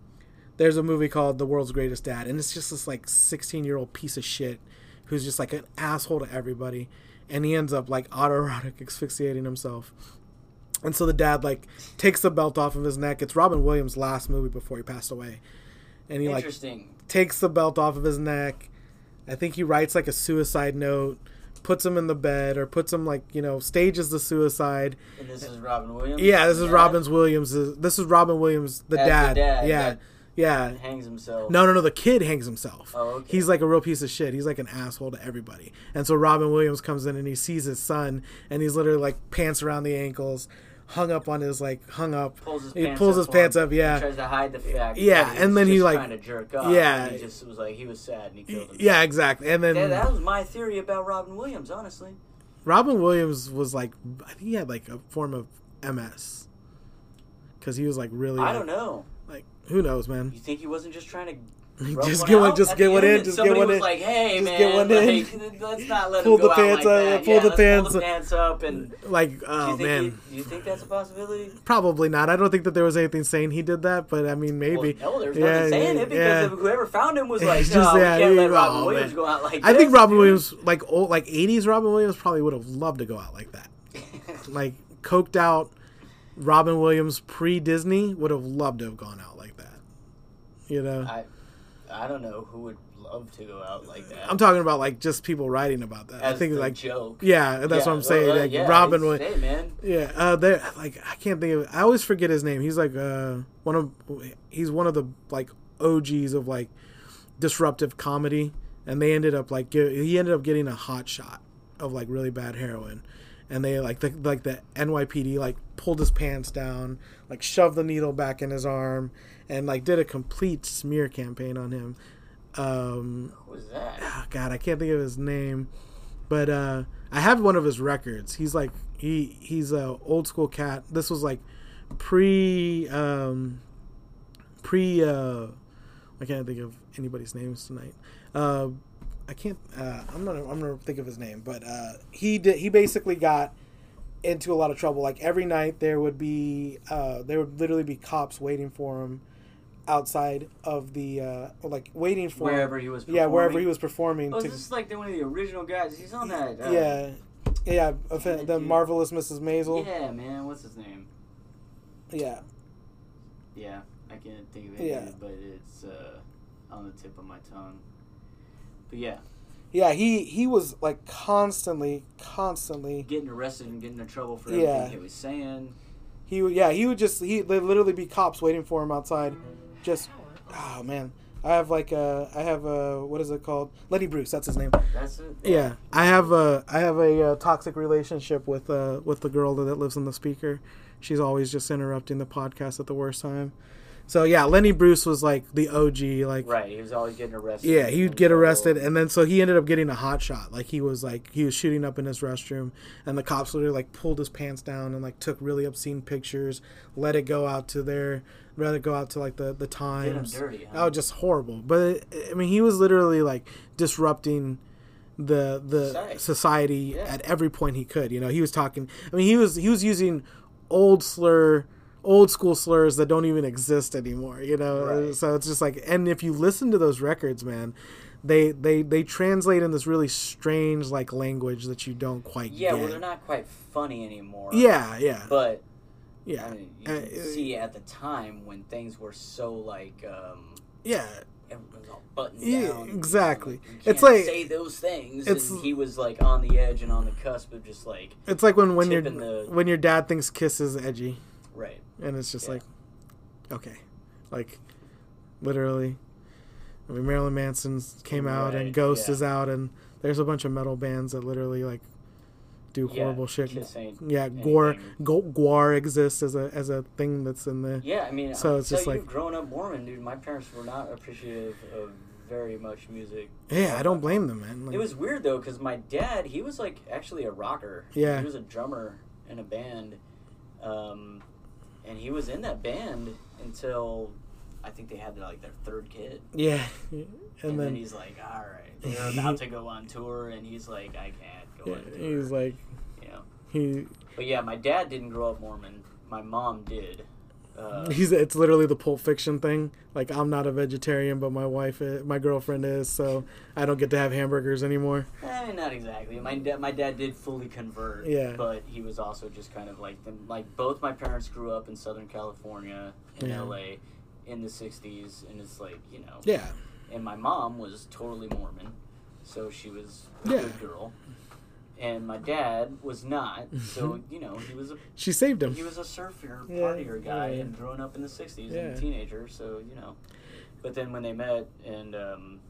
Speaker 2: there's a movie called The World's Greatest Dad, and it's just this like 16 year old piece of shit who's just like an asshole to everybody, and he ends up like autoerotic asphyxiating himself. And so the dad like takes the belt off of his neck. It's Robin Williams' last movie before he passed away, and he like
Speaker 3: Interesting.
Speaker 2: takes the belt off of his neck. I think he writes like a suicide note, puts him in the bed, or puts him like you know stages the suicide.
Speaker 3: and this is Robin Williams.
Speaker 2: Yeah, this
Speaker 3: the
Speaker 2: is
Speaker 3: dad,
Speaker 2: Robin's Williams. This is Robin Williams, the
Speaker 3: As the
Speaker 2: dad.
Speaker 3: dad
Speaker 2: Yeah,
Speaker 3: that-
Speaker 2: yeah.
Speaker 3: Hangs himself.
Speaker 2: No, no, no. The kid hangs himself.
Speaker 3: Oh, okay.
Speaker 2: He's like a real piece of shit. He's like an asshole to everybody. And so Robin Williams comes in and he sees his son, and he's literally like pants around the ankles, hung up on his like hung up.
Speaker 3: Pulls his
Speaker 2: he
Speaker 3: pants
Speaker 2: pulls
Speaker 3: up
Speaker 2: his
Speaker 3: for
Speaker 2: pants
Speaker 3: him.
Speaker 2: up. Yeah.
Speaker 3: He tries to hide the fact.
Speaker 2: Yeah,
Speaker 3: that
Speaker 2: and
Speaker 3: was
Speaker 2: then he,
Speaker 3: just
Speaker 2: like-
Speaker 3: trying to jerk off.
Speaker 2: yeah.
Speaker 3: and He just was like he was sad and he killed himself.
Speaker 2: yeah, exactly. And then
Speaker 3: Yeah, that was my theory about Robin Williams, honestly.
Speaker 2: Robin Williams was like, I think he had like a form of MS, because he was like really.
Speaker 3: I
Speaker 2: like-
Speaker 3: don't know.
Speaker 2: Like, who knows, man?
Speaker 3: You think he wasn't just trying to rub
Speaker 2: just
Speaker 3: one
Speaker 2: get one,
Speaker 3: out
Speaker 2: just
Speaker 3: at
Speaker 2: get
Speaker 3: the
Speaker 2: one
Speaker 3: end?
Speaker 2: in, just
Speaker 3: Somebody
Speaker 2: get one
Speaker 3: was
Speaker 2: in.
Speaker 3: like, "Hey,
Speaker 2: Just
Speaker 3: man,
Speaker 2: get one
Speaker 3: like,
Speaker 2: in.
Speaker 3: let's not let
Speaker 2: Pull
Speaker 3: him go
Speaker 2: the
Speaker 3: out
Speaker 2: pants
Speaker 3: like
Speaker 2: up,
Speaker 3: that.
Speaker 2: pull
Speaker 3: yeah,
Speaker 2: the
Speaker 3: let's
Speaker 2: pants
Speaker 3: pull the
Speaker 2: up."
Speaker 3: pants up." And do
Speaker 2: Like,
Speaker 3: you
Speaker 2: oh
Speaker 3: think
Speaker 2: man,
Speaker 3: he- do you think that's a possibility?
Speaker 2: probably not. I don't think that there was anything saying he did that, but I mean, maybe.
Speaker 3: Well, no, there's
Speaker 2: Yeah,
Speaker 3: nothing saying
Speaker 2: yeah,
Speaker 3: it because
Speaker 2: yeah.
Speaker 3: of whoever found him was
Speaker 2: It's
Speaker 3: like,
Speaker 2: just,
Speaker 3: "No,
Speaker 2: yeah,
Speaker 3: we can't
Speaker 2: you-
Speaker 3: let Robin
Speaker 2: oh,
Speaker 3: Williams
Speaker 2: man.
Speaker 3: go out like
Speaker 2: I
Speaker 3: this."
Speaker 2: think Robin
Speaker 3: dude.
Speaker 2: Williams, like old, like '80s Robin Williams, probably would have loved to go out like that, like coked out. Robin Williams pre Disney would have loved to have gone out like that. You know,
Speaker 3: I, I don't know who would love to go out like that.
Speaker 2: I'm talking about like just people writing about that.
Speaker 3: As
Speaker 2: I think
Speaker 3: the
Speaker 2: like
Speaker 3: joke.
Speaker 2: Yeah, that's
Speaker 3: Yeah,
Speaker 2: what I'm saying.
Speaker 3: well, uh,
Speaker 2: like
Speaker 3: yeah,
Speaker 2: Robin
Speaker 3: it's-
Speaker 2: Williams.
Speaker 3: Hey, man.
Speaker 2: Yeah, uh, there. Like I can't think of. I always forget his name. He's like uh, one of. He's one of the like OGs of like disruptive comedy, and they ended up like ge- he ended up getting a hot shot of like really bad heroin, and they like the like the NYPD like pulled his pants down, like shoved the needle back in his arm, and like did a complete smear campaign on him. Um,
Speaker 3: Who was that?
Speaker 2: oh god i can't think of his name but uh i have one of his records he's like he he's a old school cat this was like pre um pre uh i can't think of anybody's names tonight uh i can't uh i'm gonna i'm gonna think of his name but uh he did he basically got into a lot of trouble like every night there would be uh there would literally be cops waiting for him outside of the uh or like waiting for him
Speaker 3: Wherever he was.
Speaker 2: yeah, wherever he
Speaker 3: performing.
Speaker 2: was performing.
Speaker 3: Oh,
Speaker 2: to,
Speaker 3: is this like the, one of the original guys? He's on that. Uh,
Speaker 2: yeah, yeah, of
Speaker 3: Yeah,
Speaker 2: the
Speaker 3: dude.
Speaker 2: marvelous Mrs. Maisel.
Speaker 3: Yeah, man. What's his name?
Speaker 2: Yeah,
Speaker 3: Yeah, I can't think of it.
Speaker 2: Yeah.
Speaker 3: But it's uh, on the tip of my tongue. But yeah,
Speaker 2: yeah. He he was like constantly, constantly.
Speaker 3: getting arrested and getting in trouble for
Speaker 2: Yeah.
Speaker 3: everything he was saying.
Speaker 2: He would- yeah he would just he there'd literally be cops waiting for him outside. Just oh man, I have like uh I have uh what is it called? Lenny Bruce, that's his name.
Speaker 3: That's it.
Speaker 2: Yeah, I have a I have a uh, toxic relationship with uh with the girl that lives in the speaker. She's always just interrupting the podcast at the worst time. So yeah, Lenny Bruce was like the OG, like
Speaker 3: Right. He was always getting arrested.
Speaker 2: Yeah, he
Speaker 3: and
Speaker 2: would get
Speaker 3: trouble.
Speaker 2: arrested, and then so he ended up getting a hot shot. Like he was like he was shooting up in his restroom, and the cops literally like pulled his pants down and like took really obscene pictures. Let it go out to their, let it go out to like the the
Speaker 3: Did him
Speaker 2: Times.
Speaker 3: dirty. Huh?
Speaker 2: Oh, just horrible. But I mean, he was literally like disrupting the the
Speaker 3: Society.
Speaker 2: society,
Speaker 3: Yeah.
Speaker 2: at every point he could. You know, he was talking. I mean, he was he was using old slur, old school slurs that don't even exist anymore. You know,
Speaker 3: Right.
Speaker 2: so it's just like, and if you listen to those records, man. They, they they translate in this really strange like language that you don't quite
Speaker 3: yeah,
Speaker 2: get.
Speaker 3: well, they're not quite funny anymore.
Speaker 2: yeah, yeah.
Speaker 3: But
Speaker 2: Yeah.
Speaker 3: I mean, you
Speaker 2: Uh,
Speaker 3: can
Speaker 2: uh,
Speaker 3: see at the time when things were so like um,
Speaker 2: Yeah.
Speaker 3: everyone was all buttoned
Speaker 2: Yeah,
Speaker 3: down.
Speaker 2: exactly.
Speaker 3: You
Speaker 2: It's
Speaker 3: can't
Speaker 2: like-
Speaker 3: say those things,
Speaker 2: it's-
Speaker 3: and he was like on the edge and on the cusp of just like
Speaker 2: It's like when when your
Speaker 3: Tipping the-
Speaker 2: when your dad thinks kiss is edgy,
Speaker 3: right.
Speaker 2: and it's just
Speaker 3: Yeah.
Speaker 2: like, okay, like, literally. I mean, Marilyn Manson's came out, and
Speaker 3: Right,
Speaker 2: Ghost
Speaker 3: yeah.
Speaker 2: is out, and there's a bunch of metal bands that literally like do
Speaker 3: Yeah,
Speaker 2: horrible shit.
Speaker 3: kiss ain't
Speaker 2: Yeah,
Speaker 3: anything.
Speaker 2: gore, go, guar exists as a as a thing that's in the
Speaker 3: Yeah, I mean,
Speaker 2: So
Speaker 3: I'll
Speaker 2: it's
Speaker 3: tell
Speaker 2: just
Speaker 3: you,
Speaker 2: like-
Speaker 3: growing up Mormon, dude. My parents were not appreciative of very much music.
Speaker 2: Yeah, I don't blame them, man. Like,
Speaker 3: It was weird though, because my dad, he was like actually a rocker.
Speaker 2: Yeah.
Speaker 3: He was a drummer in a band, um, and he was in that band until I think they had their, like their third kid.
Speaker 2: yeah, and,
Speaker 3: And, then,
Speaker 2: then,
Speaker 3: he's like, "All right, we're about to go on tour," and he's like, "I can't go
Speaker 2: yeah,
Speaker 3: on tour."
Speaker 2: he was like
Speaker 3: you know.
Speaker 2: he
Speaker 3: But yeah, my dad didn't grow up Mormon. My mom did. Uh,
Speaker 2: he's it's literally the Pulp Fiction thing. Like I'm not a vegetarian, but my wife, i- my girlfriend is, so I don't get to have hamburgers anymore.
Speaker 3: Eh, not exactly. My dad, my dad did fully convert.
Speaker 2: Yeah.
Speaker 3: But he was also just kind of like them. Like both my parents grew up in Southern California, in
Speaker 2: Yeah.
Speaker 3: L.A., in the '60s, and it's like you know.
Speaker 2: Yeah,
Speaker 3: And my mom was totally Mormon, so she was a
Speaker 2: Yeah.
Speaker 3: good girl. And my dad was not, so you know he was a
Speaker 2: she saved him.
Speaker 3: he was a surfer
Speaker 2: Yeah,
Speaker 3: partier guy
Speaker 2: yeah.
Speaker 3: and growing up in the 60s and
Speaker 2: Yeah.
Speaker 3: a teenager so you know but then when they met and um,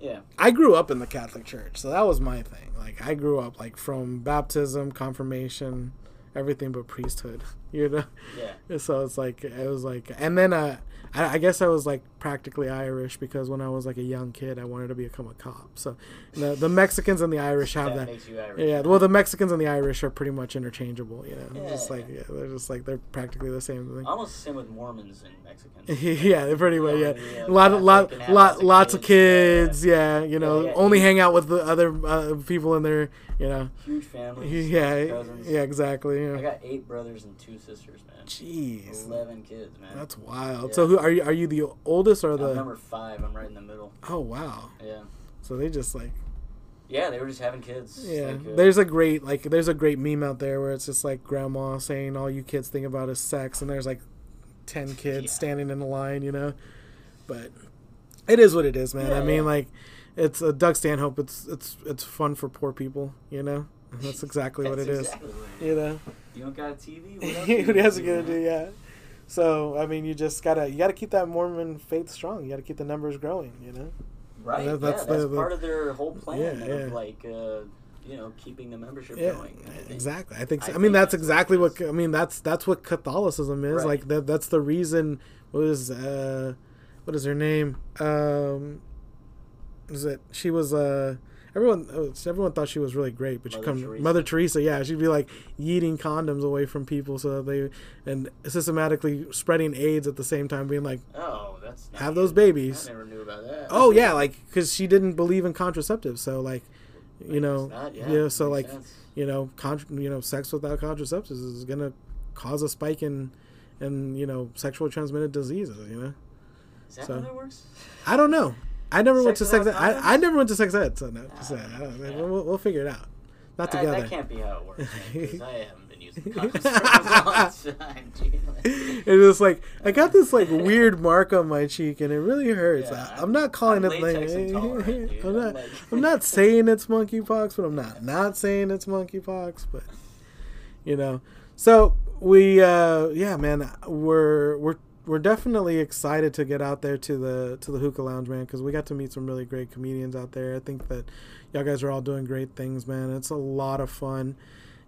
Speaker 3: yeah
Speaker 2: I grew up in the Catholic Church, so that was my thing. Like I grew up like from baptism, confirmation, everything but priesthood. You know.
Speaker 3: yeah
Speaker 2: So it's like it was like, and then uh, I, I guess I was like practically Irish because when I was like a young kid, I wanted to become a cop. So the, the Mexicans and the Irish have
Speaker 3: that,
Speaker 2: that.
Speaker 3: makes you Irish
Speaker 2: Yeah, well, the Mexicans and the Irish are pretty much interchangeable. You know,
Speaker 3: Yeah.
Speaker 2: just like yeah, they're just like they're practically the same thing.
Speaker 3: almost the same with Mormons and Mexicans
Speaker 2: yeah, they're pretty much.
Speaker 3: Yeah,
Speaker 2: Yeah,
Speaker 3: yeah,
Speaker 2: lot,
Speaker 3: Catholic
Speaker 2: lot,
Speaker 3: and
Speaker 2: lot,
Speaker 3: have lots of
Speaker 2: lots of
Speaker 3: kids,
Speaker 2: kids. Yeah, you know,
Speaker 3: Yeah, yeah.
Speaker 2: only hang out with the other uh, people in their. You know,
Speaker 3: huge families
Speaker 2: yeah,
Speaker 3: cousins.
Speaker 2: yeah, exactly. Yeah.
Speaker 3: I got eight brothers and two sisters man
Speaker 2: Jeez,
Speaker 3: 11 kids man
Speaker 2: that's uh, wild.
Speaker 3: Yeah.
Speaker 2: So who are you? Are you the oldest or
Speaker 3: I'm
Speaker 2: the?
Speaker 3: number five I'm right in the middle
Speaker 2: Oh wow!
Speaker 3: yeah
Speaker 2: So they just like
Speaker 3: yeah they were just having kids It's
Speaker 2: yeah.
Speaker 3: like, uh,
Speaker 2: there's a great like there's a great meme out there where it's just like grandma saying all you kids think about is sex, and there's like ten kids
Speaker 3: Yeah.
Speaker 2: standing in a line, you know. But it is what it is, man.
Speaker 3: Yeah,
Speaker 2: I mean,
Speaker 3: yeah.
Speaker 2: like it's a Doug Stanhope. It's it's it's fun for poor people, you know. That's exactly what it
Speaker 3: that's
Speaker 2: is.
Speaker 3: exactly what it is.
Speaker 2: You know,
Speaker 3: you don't got a TV what else
Speaker 2: what
Speaker 3: you
Speaker 2: else you
Speaker 3: gonna
Speaker 2: gonna do? Yeah. So I mean, you just gotta you gotta keep that Mormon faith strong. You gotta keep the numbers growing. You know.
Speaker 3: Right.
Speaker 2: That-
Speaker 3: yeah,
Speaker 2: that's
Speaker 3: that's
Speaker 2: the- the-
Speaker 3: part of their whole plan
Speaker 2: Yeah,
Speaker 3: of
Speaker 2: yeah.
Speaker 3: like uh, you know keeping the membership
Speaker 2: yeah,
Speaker 3: going. I think.
Speaker 2: exactly. I think. So.
Speaker 3: I
Speaker 2: I,
Speaker 3: think
Speaker 2: mean, that's
Speaker 3: that's what
Speaker 2: exactly
Speaker 3: it
Speaker 2: what
Speaker 3: is.
Speaker 2: I mean. That's that's what Catholicism is.
Speaker 3: Right.
Speaker 2: Like that. That's the reason. What is uh, what is her name? Um, is it? She was uh. Everyone, oh, it's- everyone thought she was really great, but she
Speaker 3: Mother
Speaker 2: come
Speaker 3: Teresa.
Speaker 2: Mother Teresa, yeah, she'd be like yeeting condoms away from people so that they and systematically spreading AIDS at the same time, being like,
Speaker 3: Oh, that's not
Speaker 2: have those
Speaker 3: good.
Speaker 2: babies.
Speaker 3: I never knew about that.
Speaker 2: Oh yeah, like because she didn't believe in contraceptives, so like, you know,
Speaker 3: It's not-
Speaker 2: yeah,
Speaker 3: it
Speaker 2: so
Speaker 3: makes
Speaker 2: like,
Speaker 3: sense.
Speaker 2: you know, con- you know, sex without contraceptives is gonna cause a spike in, in you know, sexually transmitted diseases. You know,
Speaker 3: is that
Speaker 2: so-
Speaker 3: how that works?
Speaker 2: I don't know. I never went to
Speaker 3: Sex
Speaker 2: sex. Ed.
Speaker 3: without
Speaker 2: I, I
Speaker 3: condoms?
Speaker 2: never went to sex ed, so
Speaker 3: Ah,
Speaker 2: no, so, I don't know.
Speaker 3: yeah.
Speaker 2: We'll, we'll figure it out. Not
Speaker 3: I-
Speaker 2: together.
Speaker 3: that can't be how it works. Because I haven't been using condoms for a long time. Jesus.
Speaker 2: it's just like I got this like weird mark on my cheek, and it really hurts.
Speaker 3: Yeah,
Speaker 2: I, I'm not calling
Speaker 3: I'm
Speaker 2: it
Speaker 3: latex intolerant,
Speaker 2: like
Speaker 3: dude.
Speaker 2: I'm
Speaker 3: I'm
Speaker 2: not.
Speaker 3: like-
Speaker 2: I'm not saying it's monkeypox, but I'm not not saying it's monkeypox. But you know, so we uh, yeah, man, we're we're we're definitely excited to get out there to the to the hookah lounge, man, because we got to meet some really great comedians out there. I think that y'all guys are all doing great things, man. It's a lot of fun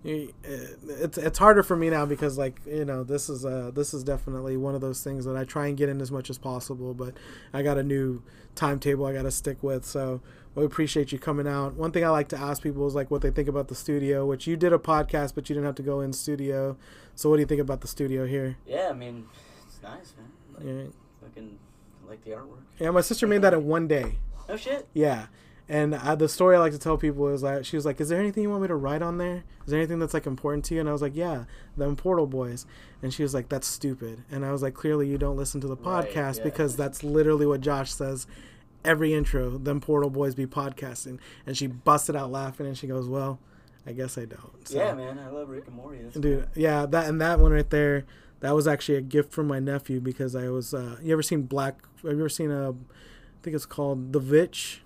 Speaker 2: uh, it's it's harder for me now because like you know this is uh this is definitely one of those things that I try and get in as much as possible but I got a new timetable I got to stick with so we appreciate you coming out one thing I like to ask people is like what they think about the studio which you did a podcast but you didn't have to go in studio so what do you think about the studio here
Speaker 3: yeah, I mean, it's nice, man. Like,
Speaker 2: yeah,
Speaker 3: Fucking I like the artwork.
Speaker 2: yeah my sister made that in one day
Speaker 3: No shit.
Speaker 2: Yeah. And I, the story I like to tell people is like, she was like, Is there anything you want me to write on there? Is there anything that's like important to you? And I was like, Yeah, them Portal Boys. And she was like, That's stupid. And I was like, Clearly, you don't listen to the
Speaker 3: Right,
Speaker 2: podcast
Speaker 3: yeah.
Speaker 2: because that's literally what Josh says every intro, them Portal Boys be podcasting. And she busted out laughing and she goes, Well, I guess I don't. so.
Speaker 3: Yeah, man, I love Rick and Morty. That's
Speaker 2: Dude, yeah, that and that one right there, that was actually a gift from my nephew because I was. Uh, you ever seen Black? Have you ever seen a? I think it's called The Vitch.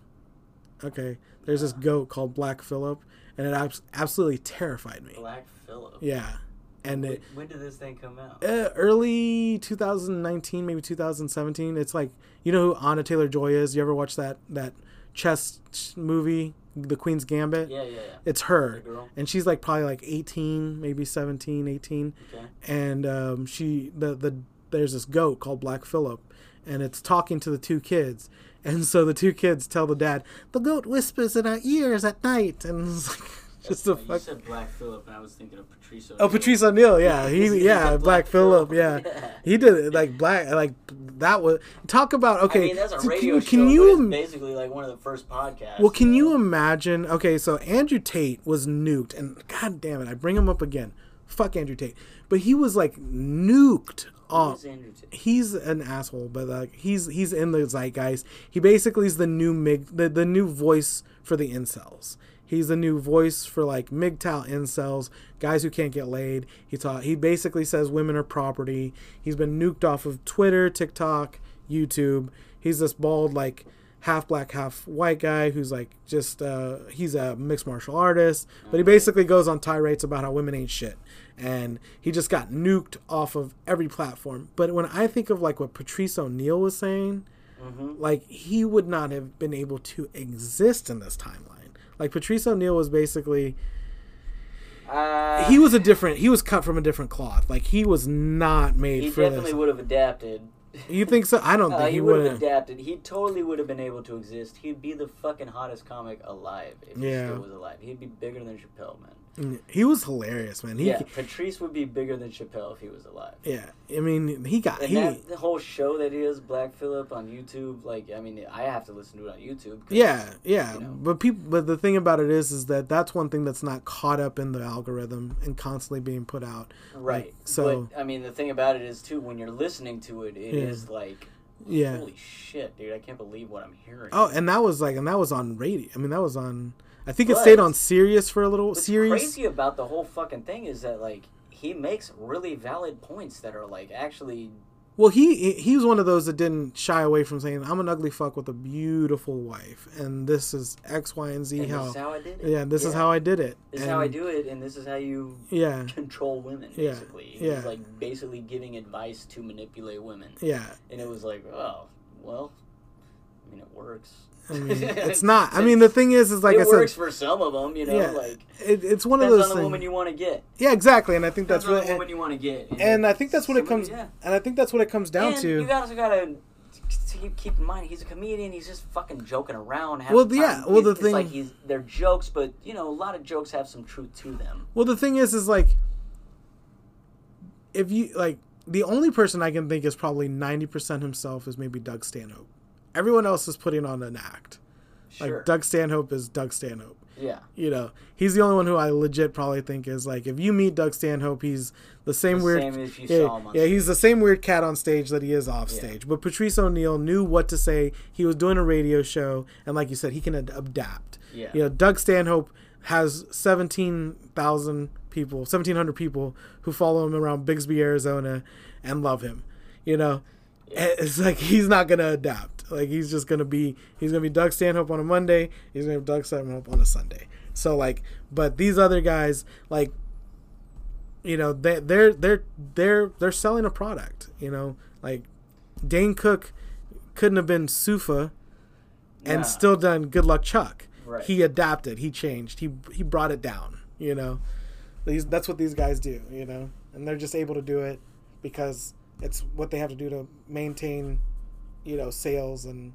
Speaker 2: Okay, there's this goat called Black Phillip, and it abs- absolutely terrified me.
Speaker 3: Black Phillip.
Speaker 2: Yeah, and
Speaker 3: When,
Speaker 2: it,
Speaker 3: when did this thing come out?
Speaker 2: uh, early 2019, maybe 2017. It's like you know who Anna Taylor Joy is. You ever watch that that chess movie, The Queen's Gambit?
Speaker 3: Yeah, yeah, yeah.
Speaker 2: It's her.
Speaker 3: The girl.
Speaker 2: and she's like probably like 18 maybe 17 18
Speaker 3: Okay.
Speaker 2: and um, she the the there's this goat called black philip and it's talking to the two kids and so the two kids tell the dad the goat whispers in our ears at night and it's like just a
Speaker 3: That's why
Speaker 2: fuck
Speaker 3: You said Black Phillip, and I was thinking of Patrice.
Speaker 2: Oh,
Speaker 3: O'Neill.
Speaker 2: Patrice O'Neill, yeah, he,
Speaker 3: He's
Speaker 2: yeah,
Speaker 3: a
Speaker 2: Black,
Speaker 3: Black
Speaker 2: Phillip,
Speaker 3: Phillip.
Speaker 2: yeah.
Speaker 3: Yeah.
Speaker 2: he did it like black, like that was talk about okay.
Speaker 3: I mean, that's a
Speaker 2: so
Speaker 3: radio
Speaker 2: can, can
Speaker 3: show,
Speaker 2: you
Speaker 3: but
Speaker 2: im-
Speaker 3: it's basically like one of the first podcasts.
Speaker 2: Well, can you
Speaker 3: know?
Speaker 2: imagine? Okay, so Andrew Tate was nuked, and god damn it, I bring him up again. Fuck Andrew Tate, but he was like nuked off.
Speaker 3: Who's Andrew Tate?
Speaker 2: He's an asshole, but like he's he's in the zeitgeist. He basically is the new mig, the, the new voice for the incels. He's the new voice for like MGTOW incels, guys who can't get laid. He taught. He basically says women are property. He's been nuked off of Twitter, TikTok, YouTube. He's this bald like half black, half white guy who's like just uh, he's a mixed martial artist, but he basically goes on tirades about how women ain't shit, and he just got nuked off of every platform. But when I think of like what Patrice O'Neill was saying,
Speaker 3: Mm-hmm.
Speaker 2: like he would not have been able to exist in this timeline. Like Patrice O'Neill was basically
Speaker 3: Uh,
Speaker 2: he was a different he was cut from a different cloth. Like he was not made
Speaker 3: he
Speaker 2: for
Speaker 3: definitely
Speaker 2: this.
Speaker 3: would have adapted.
Speaker 2: You think so? I don't
Speaker 3: Uh,
Speaker 2: think
Speaker 3: he
Speaker 2: he
Speaker 3: would have
Speaker 2: would.
Speaker 3: adapted. He totally would have been able to exist. He'd be the fucking hottest comic alive if
Speaker 2: Yeah.
Speaker 3: he still was alive. He'd be bigger than Chappelle, man.
Speaker 2: He was hilarious, man. He,
Speaker 3: yeah,
Speaker 2: yeah.
Speaker 3: Patrice would be bigger than Chappelle if he was alive.
Speaker 2: I mean, he got
Speaker 3: And
Speaker 2: he.
Speaker 3: that the whole show that he does, Black Phillip on YouTube, like I mean, I have to listen to it on YouTube. 'cause-
Speaker 2: Yeah, yeah,
Speaker 3: you know.
Speaker 2: but people, but the thing about it is, is that that's one thing that's not caught up in the algorithm and constantly being put out.
Speaker 3: right.
Speaker 2: so-
Speaker 3: but, I mean, the thing about it is too when you're listening to it, it is
Speaker 2: Yeah.
Speaker 3: like,
Speaker 2: Yeah.
Speaker 3: holy shit, dude, I can't believe what I'm hearing.
Speaker 2: Oh, and that was like, and that was on radio. I mean, that was on. I think it
Speaker 3: But-
Speaker 2: stayed on Sirius for a little.
Speaker 3: What's
Speaker 2: Sirius.
Speaker 3: crazy about the whole fucking thing is that like he makes really valid points that are like actually
Speaker 2: Well, he he- he was one of those that didn't shy away from saying, "I'm an ugly fuck with a beautiful wife," and this is X, Y, and Z.
Speaker 3: and this
Speaker 2: how.
Speaker 3: is how I did it.
Speaker 2: yeah, this is
Speaker 3: Yeah.
Speaker 2: how I did it.
Speaker 3: This is how I
Speaker 2: and-
Speaker 3: do it, and this is how you
Speaker 2: Yeah,
Speaker 3: control women.
Speaker 2: Yeah,
Speaker 3: Basically,
Speaker 2: yeah.
Speaker 3: he's like basically giving advice to manipulate women,
Speaker 2: yeah.
Speaker 3: and it was like, oh, well, I mean, it works.
Speaker 2: I mean, it's not. I mean, the thing is, is like
Speaker 3: it
Speaker 2: I said,
Speaker 3: works for some of them, you know.
Speaker 2: Yeah,
Speaker 3: like
Speaker 2: it, it's one of
Speaker 3: depends
Speaker 2: those
Speaker 3: on the
Speaker 2: things.
Speaker 3: woman you want to get.
Speaker 2: yeah, exactly, and I think
Speaker 3: Depends
Speaker 2: that's
Speaker 3: on
Speaker 2: really.
Speaker 3: the woman you want to get.
Speaker 2: and I think that's what it
Speaker 3: Somebody-
Speaker 2: comes.
Speaker 3: yeah.
Speaker 2: And I think that's what it comes down
Speaker 3: and
Speaker 2: to.
Speaker 3: You guys gotta t- keep keep in mind he's a comedian. He's just fucking joking around. half
Speaker 2: Well,
Speaker 3: the
Speaker 2: yeah,
Speaker 3: time.
Speaker 2: well, the
Speaker 3: It's- it's like
Speaker 2: thing-
Speaker 3: he's they're jokes, but you know a lot of jokes have some truth to them.
Speaker 2: well, the thing is, is like, if you like, the only person I can think is probably ninety percent himself is maybe Doug Stanhope. Everyone else is putting on an act. Like
Speaker 3: Sure.
Speaker 2: Doug Stanhope is Doug Stanhope.
Speaker 3: yeah.
Speaker 2: You know, he's the only one who I legit probably think is like, if you meet Doug Stanhope, he's the same
Speaker 3: The
Speaker 2: weird.
Speaker 3: same as you
Speaker 2: yeah,
Speaker 3: saw him on
Speaker 2: yeah, he's the same weird cat on stage that he is off stage. But Patrice O'Neill knew what to say. He was doing a radio show, and like you said, he can ad- adapt.
Speaker 3: Yeah.
Speaker 2: You know, Doug Stanhope has seventeen thousand people, seventeen hundred people who follow him around Bigsby, Arizona, and love him. You know, it's like he's not gonna adapt. Like he's just gonna be he's gonna be Doug Stanhope on a Monday. He's gonna be Doug Stanhope on a Sunday. So like, but these other guys like you know they they're they're they're they're selling a product you know like dane cook couldn't have been sufa and
Speaker 3: Nah.
Speaker 2: still done good luck chuck
Speaker 3: Right.
Speaker 2: he adapted he changed he he brought it down you know these that's what these guys do you know and they're just able to do it because it's what they have to do to maintain you know sales and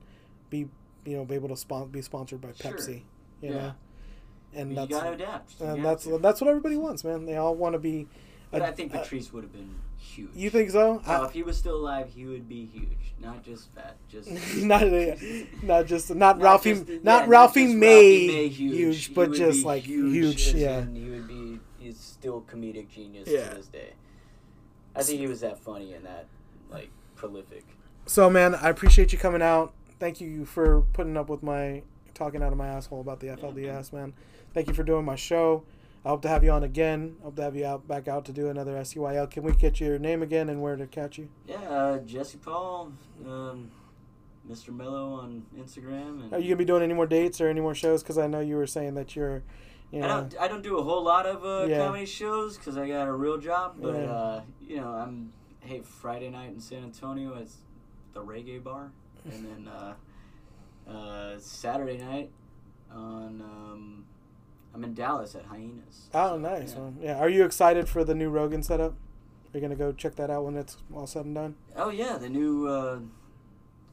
Speaker 2: be you know be able to spon- be sponsored by
Speaker 3: Sure.
Speaker 2: pepsi you
Speaker 3: Yeah.
Speaker 2: know and
Speaker 3: You
Speaker 2: that's
Speaker 3: gotta adapt. You
Speaker 2: and
Speaker 3: have
Speaker 2: that's
Speaker 3: to.
Speaker 2: that's what everybody wants, man. They all want to be.
Speaker 3: But
Speaker 2: I
Speaker 3: I think Patrice would have been huge.
Speaker 2: you think so?
Speaker 3: Oh, if he was still alive, he would be huge. Not just fat, just
Speaker 2: I, not not just not,
Speaker 3: Not
Speaker 2: Ralphie,
Speaker 3: just- yeah,
Speaker 2: not Ralphie
Speaker 3: just
Speaker 2: May,
Speaker 3: Ralphie May
Speaker 2: huge,
Speaker 3: He
Speaker 2: but
Speaker 3: would
Speaker 2: just
Speaker 3: be
Speaker 2: like huge,
Speaker 3: as
Speaker 2: yeah.
Speaker 3: in he would be. He's still comedic genius
Speaker 2: Yeah.
Speaker 3: to this day. I think he was that funny and that like prolific.
Speaker 2: So, man, I appreciate you coming out. Thank you for
Speaker 3: Mm-hmm.
Speaker 2: putting up with my talking out of my asshole about the FLDS, man. Thank you for doing my show. I hope to have you on again. I hope to have you out back out to do another SUYL. Can we get your name again and where to catch you?
Speaker 3: Yeah, uh, Jesse Paul, um, Mr. Mello on Instagram. And
Speaker 2: Are Oh, you gonna be doing any more dates or any more shows? Because I know you were saying that you're, you know,
Speaker 3: I don't. I don't do a whole lot of uh,
Speaker 2: Yeah.
Speaker 3: comedy shows because I got a real job. But
Speaker 2: Yeah.
Speaker 3: uh, you know, I'm hey Friday night in San Antonio it's the Reggae Bar, and then uh, uh, Saturday night on um, I'm in Dallas at Hyenas.
Speaker 2: oh nice
Speaker 3: Yeah.
Speaker 2: man. Yeah. Are you excited for the new Rogan setup? Are you gonna go check that out when it's all said and done?
Speaker 3: Oh yeah, the new uh,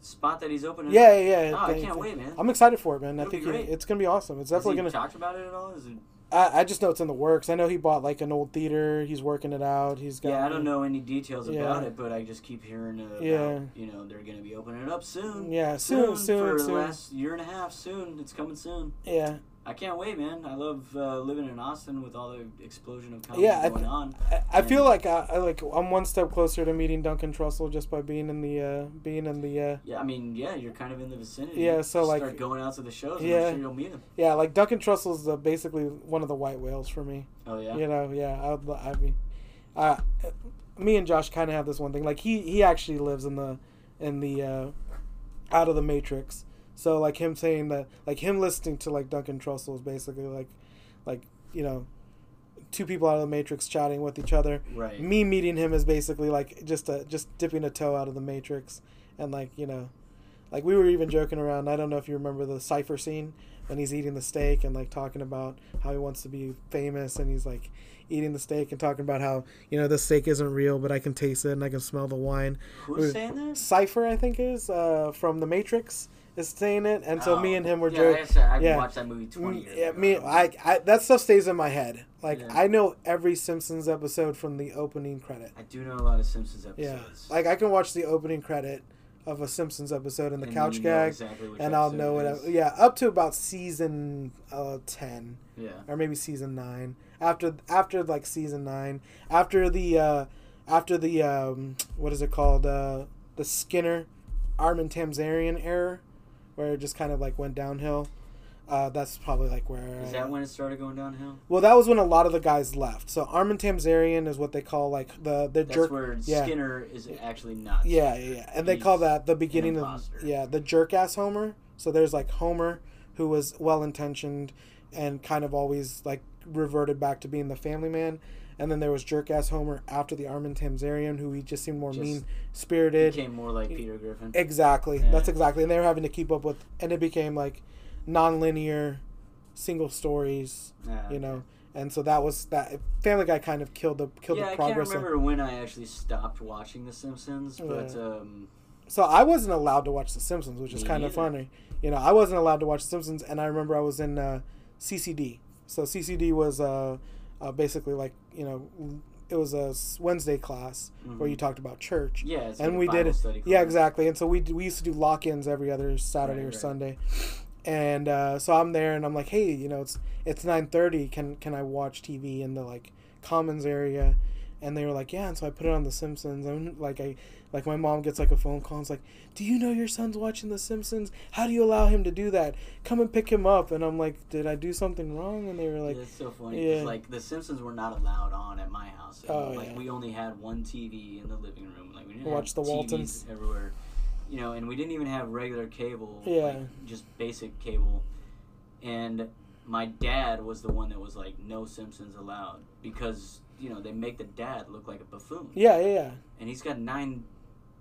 Speaker 3: spot that he's opening.
Speaker 2: Yeah,
Speaker 3: up.
Speaker 2: yeah. yeah.
Speaker 3: Oh, I
Speaker 2: Thank-
Speaker 3: can't
Speaker 2: thank-
Speaker 3: wait, man.
Speaker 2: I'm excited for it, man. I
Speaker 3: It'll
Speaker 2: think
Speaker 3: be
Speaker 2: it-
Speaker 3: great.
Speaker 2: it's gonna be awesome. It's definitely
Speaker 3: Has
Speaker 2: gonna.
Speaker 3: he talked about it at all? Is it,
Speaker 2: I, I just know it's in the works. I know he bought like an old theater. He's working it out. He's got.
Speaker 3: yeah, I don't know any details
Speaker 2: Yeah.
Speaker 3: about it, but I just keep hearing uh, about,
Speaker 2: Yeah.
Speaker 3: you know, they're going to be opening it up soon.
Speaker 2: Yeah, soon, soon,
Speaker 3: for the
Speaker 2: soon.
Speaker 3: last year and a half, soon. It's coming soon.
Speaker 2: Yeah,
Speaker 3: I can't wait, man. I love uh, living in Austin with all the explosion of comedy
Speaker 2: Yeah, I
Speaker 3: going
Speaker 2: th-
Speaker 3: on.
Speaker 2: I, I
Speaker 3: Mm.
Speaker 2: feel like uh, I, I like I'm one step closer to meeting Duncan Trussell just by being in the uh, being in the uh,
Speaker 3: Yeah, I mean, yeah, you're kind of in the vicinity.
Speaker 2: Yeah, so,
Speaker 3: Start
Speaker 2: like-
Speaker 3: going out to the shows. Yeah,
Speaker 2: Yeah.
Speaker 3: I'm sure you'll meet him.
Speaker 2: yeah like Duncan Trussell's uh, basically one of the white whales for me.
Speaker 3: Oh yeah.
Speaker 2: You know, yeah. I, would lo- I mean, uh, me and Josh kind of have this one thing. Like he he actually lives in the in the uh, out of the matrix. So like him saying that, like him listening to like Duncan Trussell is basically like, like you know, two people out of the matrix chatting with each other.
Speaker 3: Right.
Speaker 2: Me meeting him is basically like just a just dipping a toe out of the matrix, and like you know, like we were even joking around. I don't know if you remember the cipher scene when he's eating the steak and like talking about how he wants to be famous, and he's like eating the steak and talking about how you know this steak isn't real, but I can taste it and I can smell the wine.
Speaker 3: Who's saying that?
Speaker 2: Cipher, I think, is uh, from the Matrix is saying it, and so me and him were
Speaker 3: Oh, yeah,
Speaker 2: joking.
Speaker 3: Like I said, I've
Speaker 2: yeah.
Speaker 3: watched that movie 20
Speaker 2: Mm,
Speaker 3: years
Speaker 2: Yeah,
Speaker 3: ago.
Speaker 2: me, I, I, that stuff stays in my head. Like
Speaker 3: Yeah.
Speaker 2: I know every Simpsons episode from the opening credit.
Speaker 3: I do know a lot of Simpsons
Speaker 2: Yeah,
Speaker 3: episodes.
Speaker 2: like I can watch the opening credit of a Simpsons episode in the
Speaker 3: And
Speaker 2: couch
Speaker 3: you know
Speaker 2: gag,
Speaker 3: exactly which
Speaker 2: and I'll
Speaker 3: episode
Speaker 2: know
Speaker 3: it
Speaker 2: what.
Speaker 3: is.
Speaker 2: I- Yeah, up to about season uh, ten
Speaker 3: Yeah.
Speaker 2: or maybe season nine. After after like season nine, after the uh, after the um, what is it called uh, the Skinner, Armin Tamsarian error, where it just kind of like went downhill. Uh, that's probably like where
Speaker 3: Is
Speaker 2: I-
Speaker 3: that when it started going downhill?
Speaker 2: well, that was when a lot of the guys left. So Armin Tamsarian is what they call like the the
Speaker 3: That's
Speaker 2: jerk.
Speaker 3: where
Speaker 2: yeah.
Speaker 3: Skinner is actually nuts.
Speaker 2: Yeah, yeah, yeah. And they call
Speaker 3: He's
Speaker 2: that the beginning of
Speaker 3: imposter.
Speaker 2: yeah the jerk ass Homer. So there's like Homer, who was well intentioned, and kind of always like reverted back to being the family man. And then there was jerk ass Homer after the Armin Tamsarian, who he just seemed more
Speaker 3: Just
Speaker 2: mean spirited.
Speaker 3: Became more like Peter Griffin.
Speaker 2: Exactly.
Speaker 3: Yeah.
Speaker 2: That's exactly. And they were having to keep up with, and it became like non-linear, single stories
Speaker 3: Yeah.
Speaker 2: you know and so that was that family guy kind of killed the killed
Speaker 3: yeah,
Speaker 2: the
Speaker 3: I can't
Speaker 2: progress of-
Speaker 3: remember when I actually stopped watching The Simpsons, but
Speaker 2: Yeah.
Speaker 3: um,
Speaker 2: so i wasn't allowed to watch the simpsons which is
Speaker 3: Me
Speaker 2: kind of
Speaker 3: neither.
Speaker 2: funny you know i wasn't allowed to watch the simpsons and i remember i was in uh, ccd so ccd was uh, uh, basically like you know it was a s- wednesday class where
Speaker 3: Mhm.
Speaker 2: you talked about church
Speaker 3: yeah, it's
Speaker 2: and
Speaker 3: like a
Speaker 2: we
Speaker 3: Bible
Speaker 2: did it.
Speaker 3: Study
Speaker 2: Yeah,
Speaker 3: club.
Speaker 2: exactly. And so we d- we used to do lock-ins every other Saturday
Speaker 3: Right,
Speaker 2: or
Speaker 3: right.
Speaker 2: Sunday, and uh, so I'm there and I'm like, hey, you know, it's it's nine thirty. Can can I watch TV in the like commons area? And they were like, yeah. And so I put it on The Simpsons. And like I like my mom gets like a phone call. and It's like, do you know your son's watching The Simpsons? How do you allow him to do that? Come and pick him up. And I'm like, did I do something wrong? And they were like,
Speaker 3: yeah, it's so funny. 'cause,
Speaker 2: yeah.
Speaker 3: like The Simpsons were not allowed on at my house.
Speaker 2: Oh,
Speaker 3: like
Speaker 2: yeah.
Speaker 3: we only had one TV in the living room. Like we didn't
Speaker 2: Watch
Speaker 3: have
Speaker 2: the
Speaker 3: TVs
Speaker 2: Waltons.
Speaker 3: everywhere. You know, and we didn't even have regular cable.
Speaker 2: Yeah.
Speaker 3: Like, just basic cable. And my dad was the one that was like, "No Simpsons allowed," because you know they make the dad look like a buffoon,
Speaker 2: yeah, yeah, yeah,
Speaker 3: and he's got nine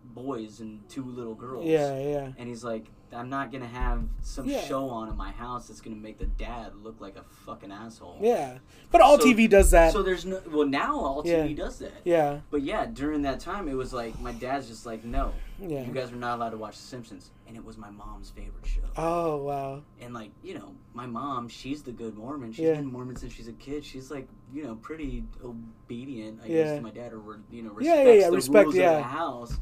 Speaker 3: boys and two little girls.
Speaker 2: yeah, yeah.
Speaker 3: And he's like, I'm not gonna have some
Speaker 2: Yeah.
Speaker 3: show on in my house that's gonna make the dad look like a fucking asshole.
Speaker 2: Yeah, but all
Speaker 3: Oh. So-
Speaker 2: TV does that.
Speaker 3: So there's no. Well, now all TV
Speaker 2: Yeah.
Speaker 3: does that.
Speaker 2: yeah,
Speaker 3: But yeah, during that time, it was like my dad's just like, no,
Speaker 2: yeah.
Speaker 3: you guys are not allowed to watch The Simpsons, and it was my mom's favorite show.
Speaker 2: Oh wow.
Speaker 3: And like, you know, my mom, she's the good Mormon. She's
Speaker 2: Yeah.
Speaker 3: been Mormon since she's a kid. She's like, you know, pretty obedient, I guess,
Speaker 2: Yeah.
Speaker 3: to my dad, or re- you know,
Speaker 2: Yeah,
Speaker 3: respects
Speaker 2: yeah, yeah,
Speaker 3: the
Speaker 2: respect,
Speaker 3: rules
Speaker 2: yeah.
Speaker 3: of the house.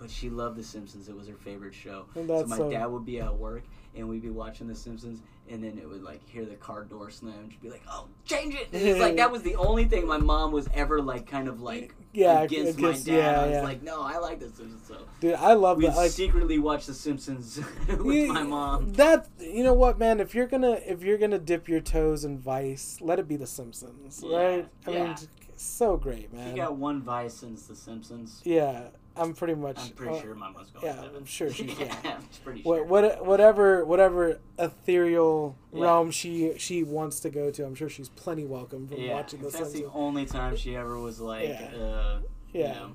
Speaker 3: But she loved The Simpsons. It was her favorite show.
Speaker 2: And
Speaker 3: so
Speaker 2: that's
Speaker 3: my
Speaker 2: so-
Speaker 3: dad would be at work, and we'd be watching The Simpsons, and then it would like hear the car door slam, and she'd be like, "Oh, change it!" And it's like that was the only thing my mom was ever like, kind of like
Speaker 2: Yeah,
Speaker 3: against
Speaker 2: against-
Speaker 3: my dad.
Speaker 2: yeah,
Speaker 3: I was
Speaker 2: yeah.
Speaker 3: like, "No, I like The Simpsons." So
Speaker 2: Dude, I love
Speaker 3: we
Speaker 2: that. Like,
Speaker 3: secretly watched The Simpsons with
Speaker 2: you-
Speaker 3: my mom.
Speaker 2: That you know what, man? If you're gonna if you're gonna dip your toes in Vice, let it be The Simpsons,
Speaker 3: Yeah,
Speaker 2: right? I mean,
Speaker 3: yeah.
Speaker 2: t- so great,
Speaker 3: She
Speaker 2: man.
Speaker 3: got one vice since The Simpsons.
Speaker 2: yeah, I'm pretty much.
Speaker 3: I'm pretty
Speaker 2: uh,
Speaker 3: sure my mom's going
Speaker 2: yeah,
Speaker 3: to heaven.
Speaker 2: I'm sure she can.
Speaker 3: I'm pretty sure.
Speaker 2: What, what whatever whatever ethereal
Speaker 3: Yeah.
Speaker 2: realm she she wants to go to, I'm sure she's plenty welcome from
Speaker 3: yeah,
Speaker 2: watching The
Speaker 3: that's the
Speaker 2: Simpsons.
Speaker 3: only time she ever was like,
Speaker 2: Yeah.
Speaker 3: uh,
Speaker 2: Yeah.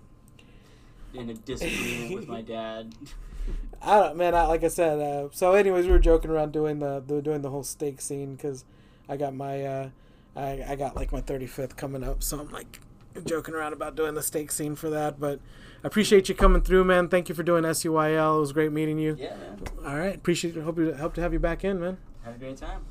Speaker 3: you know, in a disagreement with my dad.
Speaker 2: I don't, man. I, like I said. Uh, so, anyways, we were joking around doing the, the doing the whole steak scene because I got my uh, I, I got like my 35th coming up, so I'm like joking around about doing the steak scene for that. But I appreciate you coming through, man. Thank you for doing SUIL. It was great meeting you.
Speaker 3: Yeah, man.
Speaker 2: All right, appreciate. Hope you hope to have you back in, man.
Speaker 3: Have a great time.